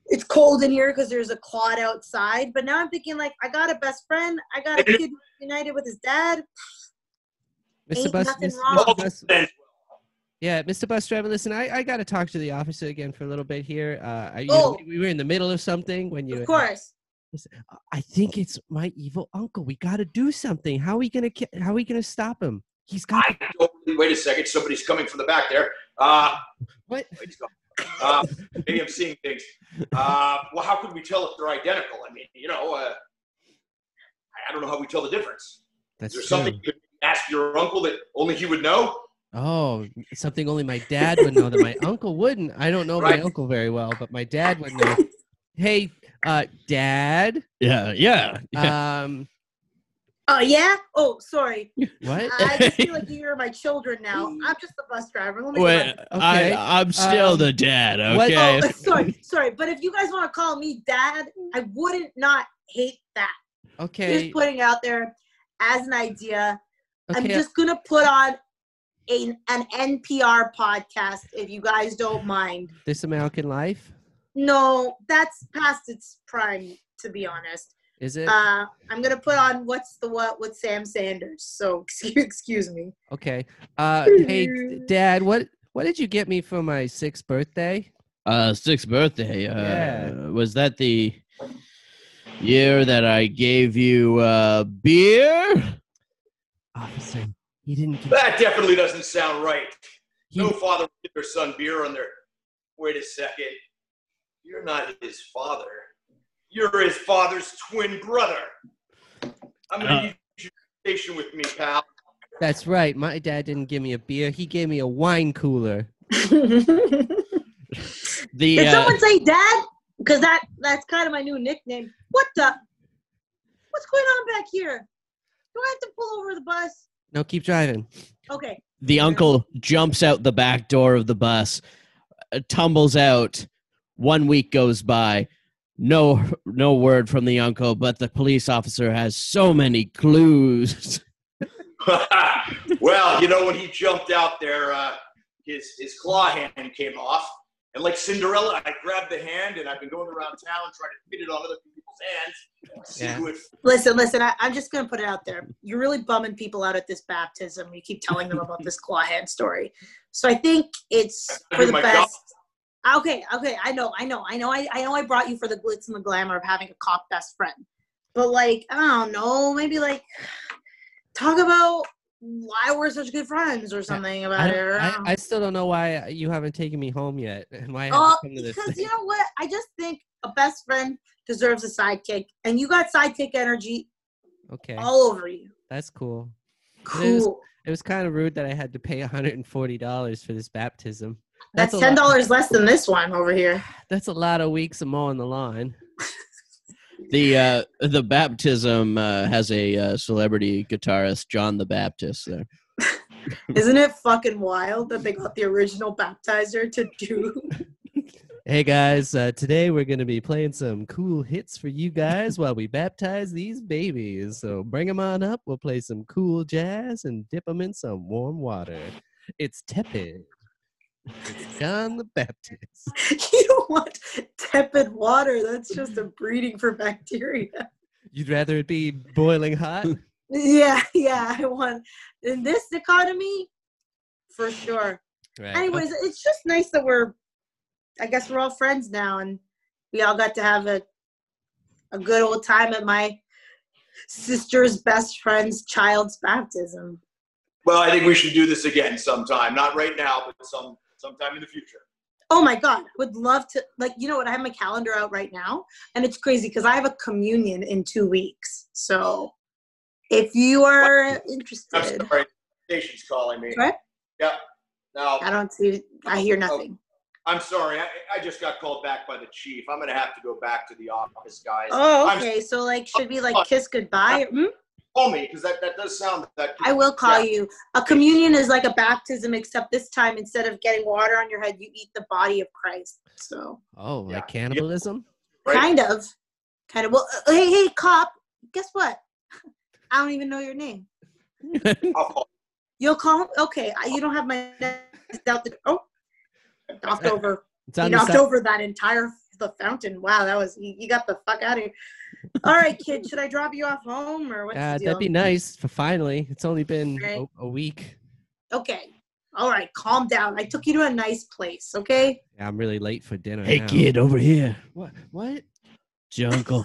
it's cold in here because there's a clod outside. But now I'm thinking like, I got a best friend. I got a kid united with his dad. Mr. ain't Bus, nothing Mr. wrong. Oh. Mr. Bus, yeah, Mr. Bus Driver, listen, I, I got to talk to the officer again for a little bit here. Uh, I, you know, Oh. we, we were in the middle of something when you. Of course. I think it's my evil uncle. We got to do something. How are we gonna? ki- How are we gonna stop him? He's got. I don't, oh, wait a second, somebody's coming from the back there. Uh, What? wait a second. Uh, maybe I'm seeing things. Uh, well, how could we tell if they're identical? I mean, you know, uh, I- I don't know how we tell the difference. That's Is there something you could ask your uncle that only he would know? Oh, something only my dad would know that my uncle wouldn't. I don't know Right. my uncle very well, but my dad would know. Hey, uh, dad. Yeah, yeah. yeah. Um, Oh yeah. Oh, sorry. what? I just feel like you're my children now. I'm just the bus driver. Let me. Wait, go back. okay, I, I'm still um, the dad. what- Okay. Oh, sorry, sorry. But if you guys want to call me dad, I wouldn't not hate that. Okay. Just putting out there as an idea. I'm Okay. just gonna put on an an NPR podcast if you guys don't mind. This American Life. No, that's past its prime, to be honest. Is it? Uh, I'm gonna put on what's the what with Sam Sanders. So excuse, excuse me. Okay. Uh, hey, d- Dad, what what did you get me for my sixth birthday? Uh, sixth birthday. Uh, oh, Yeah. Was that the year that I gave you uh, beer? Officer, he didn't. Give, That definitely doesn't sound right. he, no father would give their son beer on their. Wait a second. You're not his father. You're his father's twin brother. I'm gonna Uh. use your station with me, pal. that's right. My dad didn't give me a beer. He gave me a wine cooler. Did The uh, someone say dad? Because that that's kind of my new nickname. What the? What's going on back here? Do I have to pull over the bus? No, keep driving. Okay. the uncle jumps out the back door of the bus, uh, tumbles out. One week goes by. No, no word from the uncle, but the police officer has so many clues. well, you know when he jumped out there, uh, his his claw hand came off, and like Cinderella, I grabbed the hand and I've been going around town trying to fit it on other people's hands to see Yeah. who it Listen, listen. I, I'm just gonna put it out there. You're really bumming people out at this baptism. You keep telling them about this clawhead story. So I think it's I for do the my best. Okay, okay. I know, I know, I know. I, I know. I brought you for the glitz and the glamour of having a cop best friend. But like, I don't know. Maybe like talk about why we're such good friends or something I, about it. don't- or- I, I still don't know why uh, you haven't taken me home yet, and why I Oh, haven't come to this. because thing. you know what? I just think a best friend deserves a sidekick, and you got sidekick energy Okay, all over you. that's cool. was- Cool. It was kind of rude that I had to pay $140 for this baptism. That's a ten lot- dollars less than this one over here. That's a lot of weeks of mowing the lawn. the uh, the baptism uh, has a uh, celebrity guitarist, John the Baptist. There. Isn't it fucking wild that they got the original baptizer to do? Hey guys, uh, today we're going to be playing some cool hits for you guys while we baptize these babies. So bring them on up. We'll play some cool jazz and dip them in some warm water. It's tepid. It's John the Baptist. you don't want tepid water. That's just a breeding for bacteria. You'd rather it be boiling hot? Yeah, yeah. I want in this economy for sure. Right. Anyways, it's just nice that we're. I guess we're all friends now, and we all got to have a a good old time at my sister's best friend's child's baptism. Well, I think we should do this again sometime. Not right now, but some sometime in the future. Oh my god, I would love to like you know what I have my calendar out right now and it's crazy cuz I have a communion in 2 weeks. So if you are I'm interested. sorry. Station's calling me. What? Yep. No, I don't see I hear nothing. I'm sorry. I, I just got called back by the chief. I'm gonna have to go back to the office, guys. Oh, I'm- okay. So like should we like kiss goodbye? Hmm? Call me because that, that does sound that. I will call Yeah. you. A communion is like a baptism except this time instead of getting water on your head you eat the body of Christ. So oh, Yeah. like cannibalism? Right? kind of kind of well uh, hey hey cop, guess what? I don't even know your name. I'll call. You'll call him? Okay. I, you don't have my it's out the oh knocked over. It's You on the knocked side. over that entire the fountain. Wow, that was you, you got the fuck out of here. All right, kid, should I drop you off home or what's Uh, that'd the deal? be nice for finally. It's only been Right. a, a week. okay. All right, calm down. I took you to a nice place, okay? Yeah, I'm really late for dinner. Hey now. kid, over here. What? What? It's your uncle.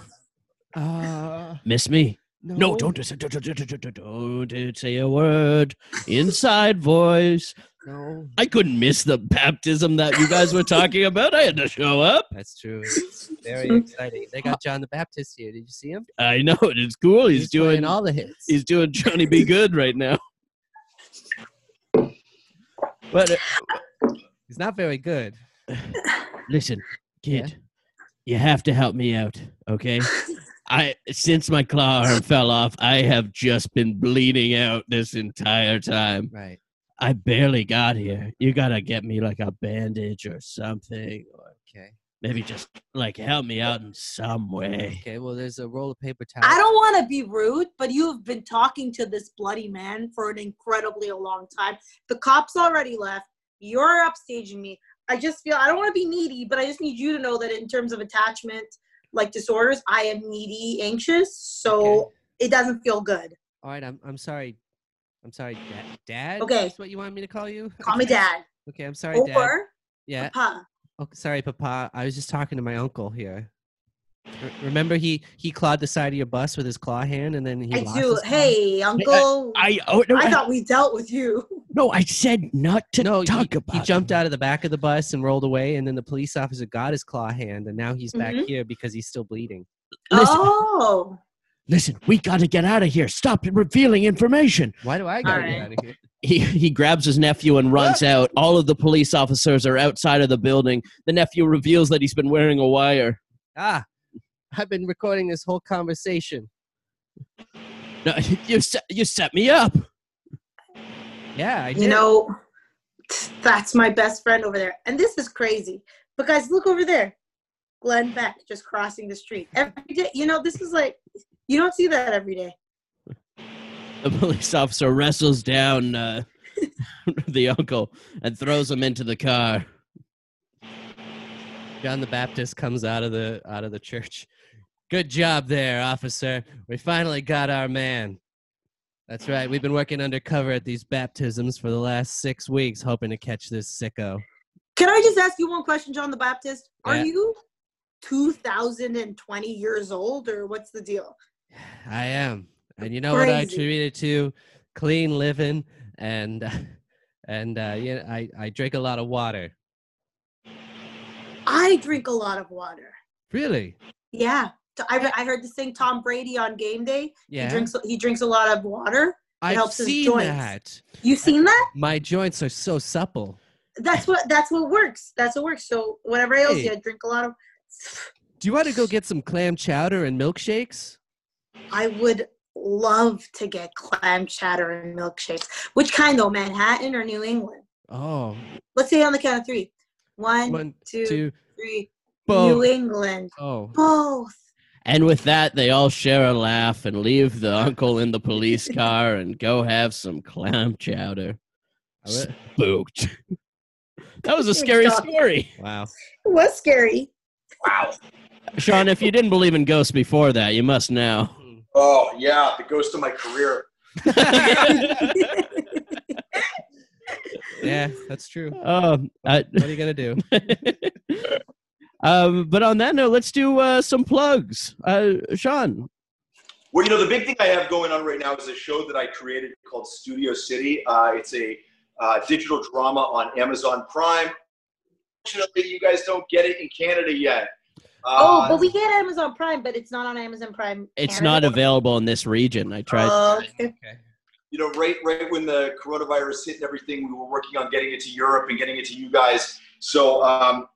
Uh, Miss me? no. No, don't, don't, don't, don't, don't, don't say a word. Inside voice. No. I couldn't miss the baptism that you guys were talking about. I had to show up. That's true. It's very exciting. They got John the Baptist here. Did you see him? I know it. It's cool. He's, playing doing all the hits. he's doing Johnny B. Good right now. But uh, He's not very good. listen, Yeah. kid, you have to help me out, okay? I since my claw arm fell off, I have just been bleeding out this entire time. Right. I barely got here. You gotta get me like a bandage or something, or Okay. maybe just like help me out in some way. Okay. Well, there's a roll of paper towel. I don't want to be rude, but you have been talking to this bloody man for an incredibly long time. The cops already left. You're upstaging me. I just feel I don't want to be needy, but I just need you to know that in terms of attachment, like disorders, I am needy, anxious, so Okay. it doesn't feel good. All right. I'm. I'm sorry. I'm sorry, Dad. Dad. Okay. That's what you want me to call you? Call me Okay. dad Okay. I'm sorry, Dad. or Yeah. Papa. Oh, sorry, Papa. I was just talking to my uncle here. R- remember, he he clawed the side of your bus with his claw hand, and then he. I lost do. his claw? Hey, uncle. I, I oh no, I, thought we dealt with you. no, I said not to No, he- talk he, about. jumped out of the back of the bus and rolled away, and then the police officer got his claw hand, and now he's back Mhm. here because he's still bleeding. Listen, Oh. listen, we gotta get out of here. Stop revealing information. Why do I gotta Alright. get out of here? he, he grabs his nephew and runs out. All of the police officers are outside of the building. The nephew reveals that he's been wearing a wire. Ah, I've been recording this whole conversation. No, you, set, you set me up. Yeah, I did. you know that's my best friend over there and this is crazy but guys look over there glenn beck just crossing the street every day you know this is like you don't see that every day The police officer wrestles down uh, the uncle and throws him into the car. John the Baptist comes out of the out of the church. Good job there, officer. We finally got our man. That's right. We've been working undercover at these baptisms for the last six weeks, hoping to catch this sicko. can i just ask you one question john the baptist are Yeah. you 2020 years old or what's the deal I am, and you know what I Crazy. attribute it to? Clean living, and uh, and uh, yeah, I I drink a lot of water. i drink a lot of water Really? yeah T- I, re- I heard this thing Tom Brady on game day. He Yeah. drinks he drinks a lot of water. I've helps his seen joints. that. You seen that? My joints are so supple. That's what that's what works. That's what works. So whatever ails Hey. you, I drink a lot of Do you want to go get some clam chowder and milkshakes? I would love to get clam chowder and milkshakes. Which kind though, Manhattan or New England? Oh, Let's say on the count of three. One, one, two, three. two, New boom. England. Oh, Both. And with that, they all share a laugh and leave the uncle in the police car and go have some clam chowder. I li- Spooked. That was a scary Stop. story. wow. It was scary. Wow. Sean, if you didn't believe in ghosts before that, you must now. Oh yeah, the ghost of my career. Yeah, that's true. Um, I- What are you gonna do? um, but on that note, let's do uh, some plugs. Uh, Sean, Well, you know, the big thing I have going on right now is a show that I created called Studio City. Uh, it's a uh, digital drama on Amazon Prime. Unfortunately, you guys don't get it in Canada yet. oh, Uh, but we get Amazon Prime, but it's not on Amazon Prime. it's not Canada. available in this region. I tried. Oh, Okay. you know, right right when the coronavirus hit and everything, we were working on getting it to Europe and getting it to you guys. So um,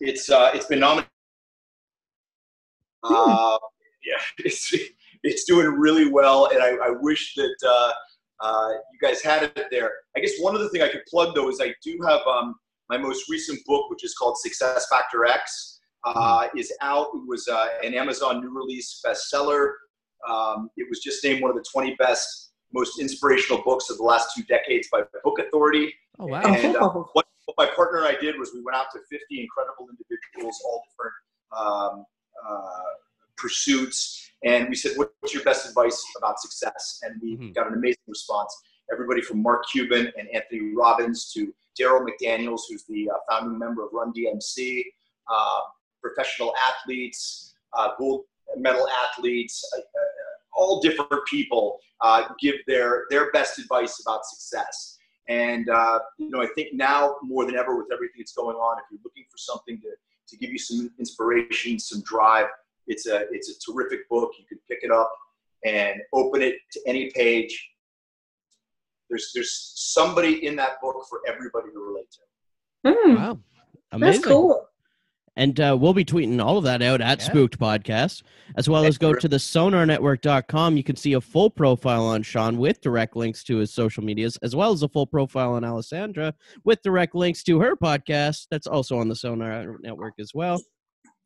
it's uh, it's been nominated. Uh, yeah, it's it's doing really well, and I, I wish that uh, uh, you guys had it there. I guess one other thing I could plug though is I do have um, my most recent book, which is called Success Factor X, uh, is out. It was uh, an Amazon new release bestseller. Um, it was just named one of the 20 best, most inspirational books of the last two decades by Book Authority. Oh Oh. wow. And, uh, Oh. What, what my partner and I did was we went out to 50 incredible individuals, all different um, uh, pursuits, and we said, "What- "What's your best advice about success?" And we Mhm. got an amazing response. Everybody from Mark Cuban and Anthony Robbins to Daryl McDaniels, who's the uh, founding member of Run DMC, uh, professional athletes, uh, gold medal athletes, uh, uh, all different people uh, give their their best advice about success. And uh, you know, I think now more than ever, with everything that's going on, if you're looking for something to to give you some inspiration, some drive, it's a it's a terrific book. You can pick it up and open it to any page, There's there's somebody in that book for everybody to relate to. Hmm, Wow. that's Amazing. cool. And uh, we'll be tweeting all of that out at Yeah. Spooked Podcast, as well as go to the sonarnetwork.com. You can see a full profile on Sean with direct links to his social medias, as well as a full profile on Alessandra with direct links to her podcast. That's also on the Sonar Network as well.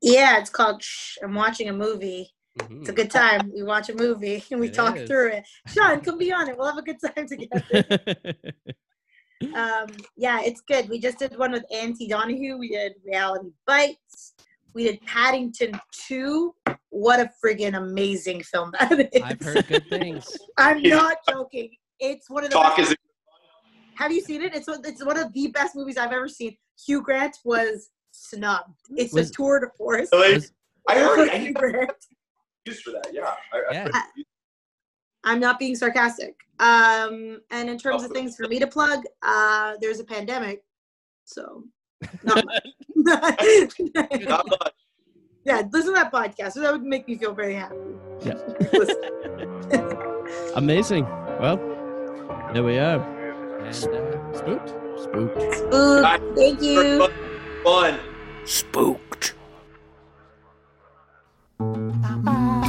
Yeah, it's called Shh, I'm watching a movie. Mhm. It's a good time. We watch a movie and we It talk is. through it. Sean, come be on it. We'll have a good time together. um, yeah, it's good. We just did one with Auntie Donahue. We did Reality Bites. We did Paddington 2. What a friggin' amazing film that is. I've heard good things. I'm Yeah. not joking. It's one of the Talk best. is Have you seen it? It's one- it's one of the best movies I've ever seen. Hugh Grant was snubbed. It's Was- a tour de force. Was- I heard for it. I Hugh didn't Grant. used for that. Yeah. I, Yeah. I, couldn't- I'm not being sarcastic. Um, and in terms of Oh. things for me to plug, uh, there's a pandemic, so not much. not much. yeah, listen to that podcast. That would make me feel very happy. Yeah. Listen. Amazing. Well, there we are. And uh, spooked. Spooked. Ooh, thank you. Fun. Spooked.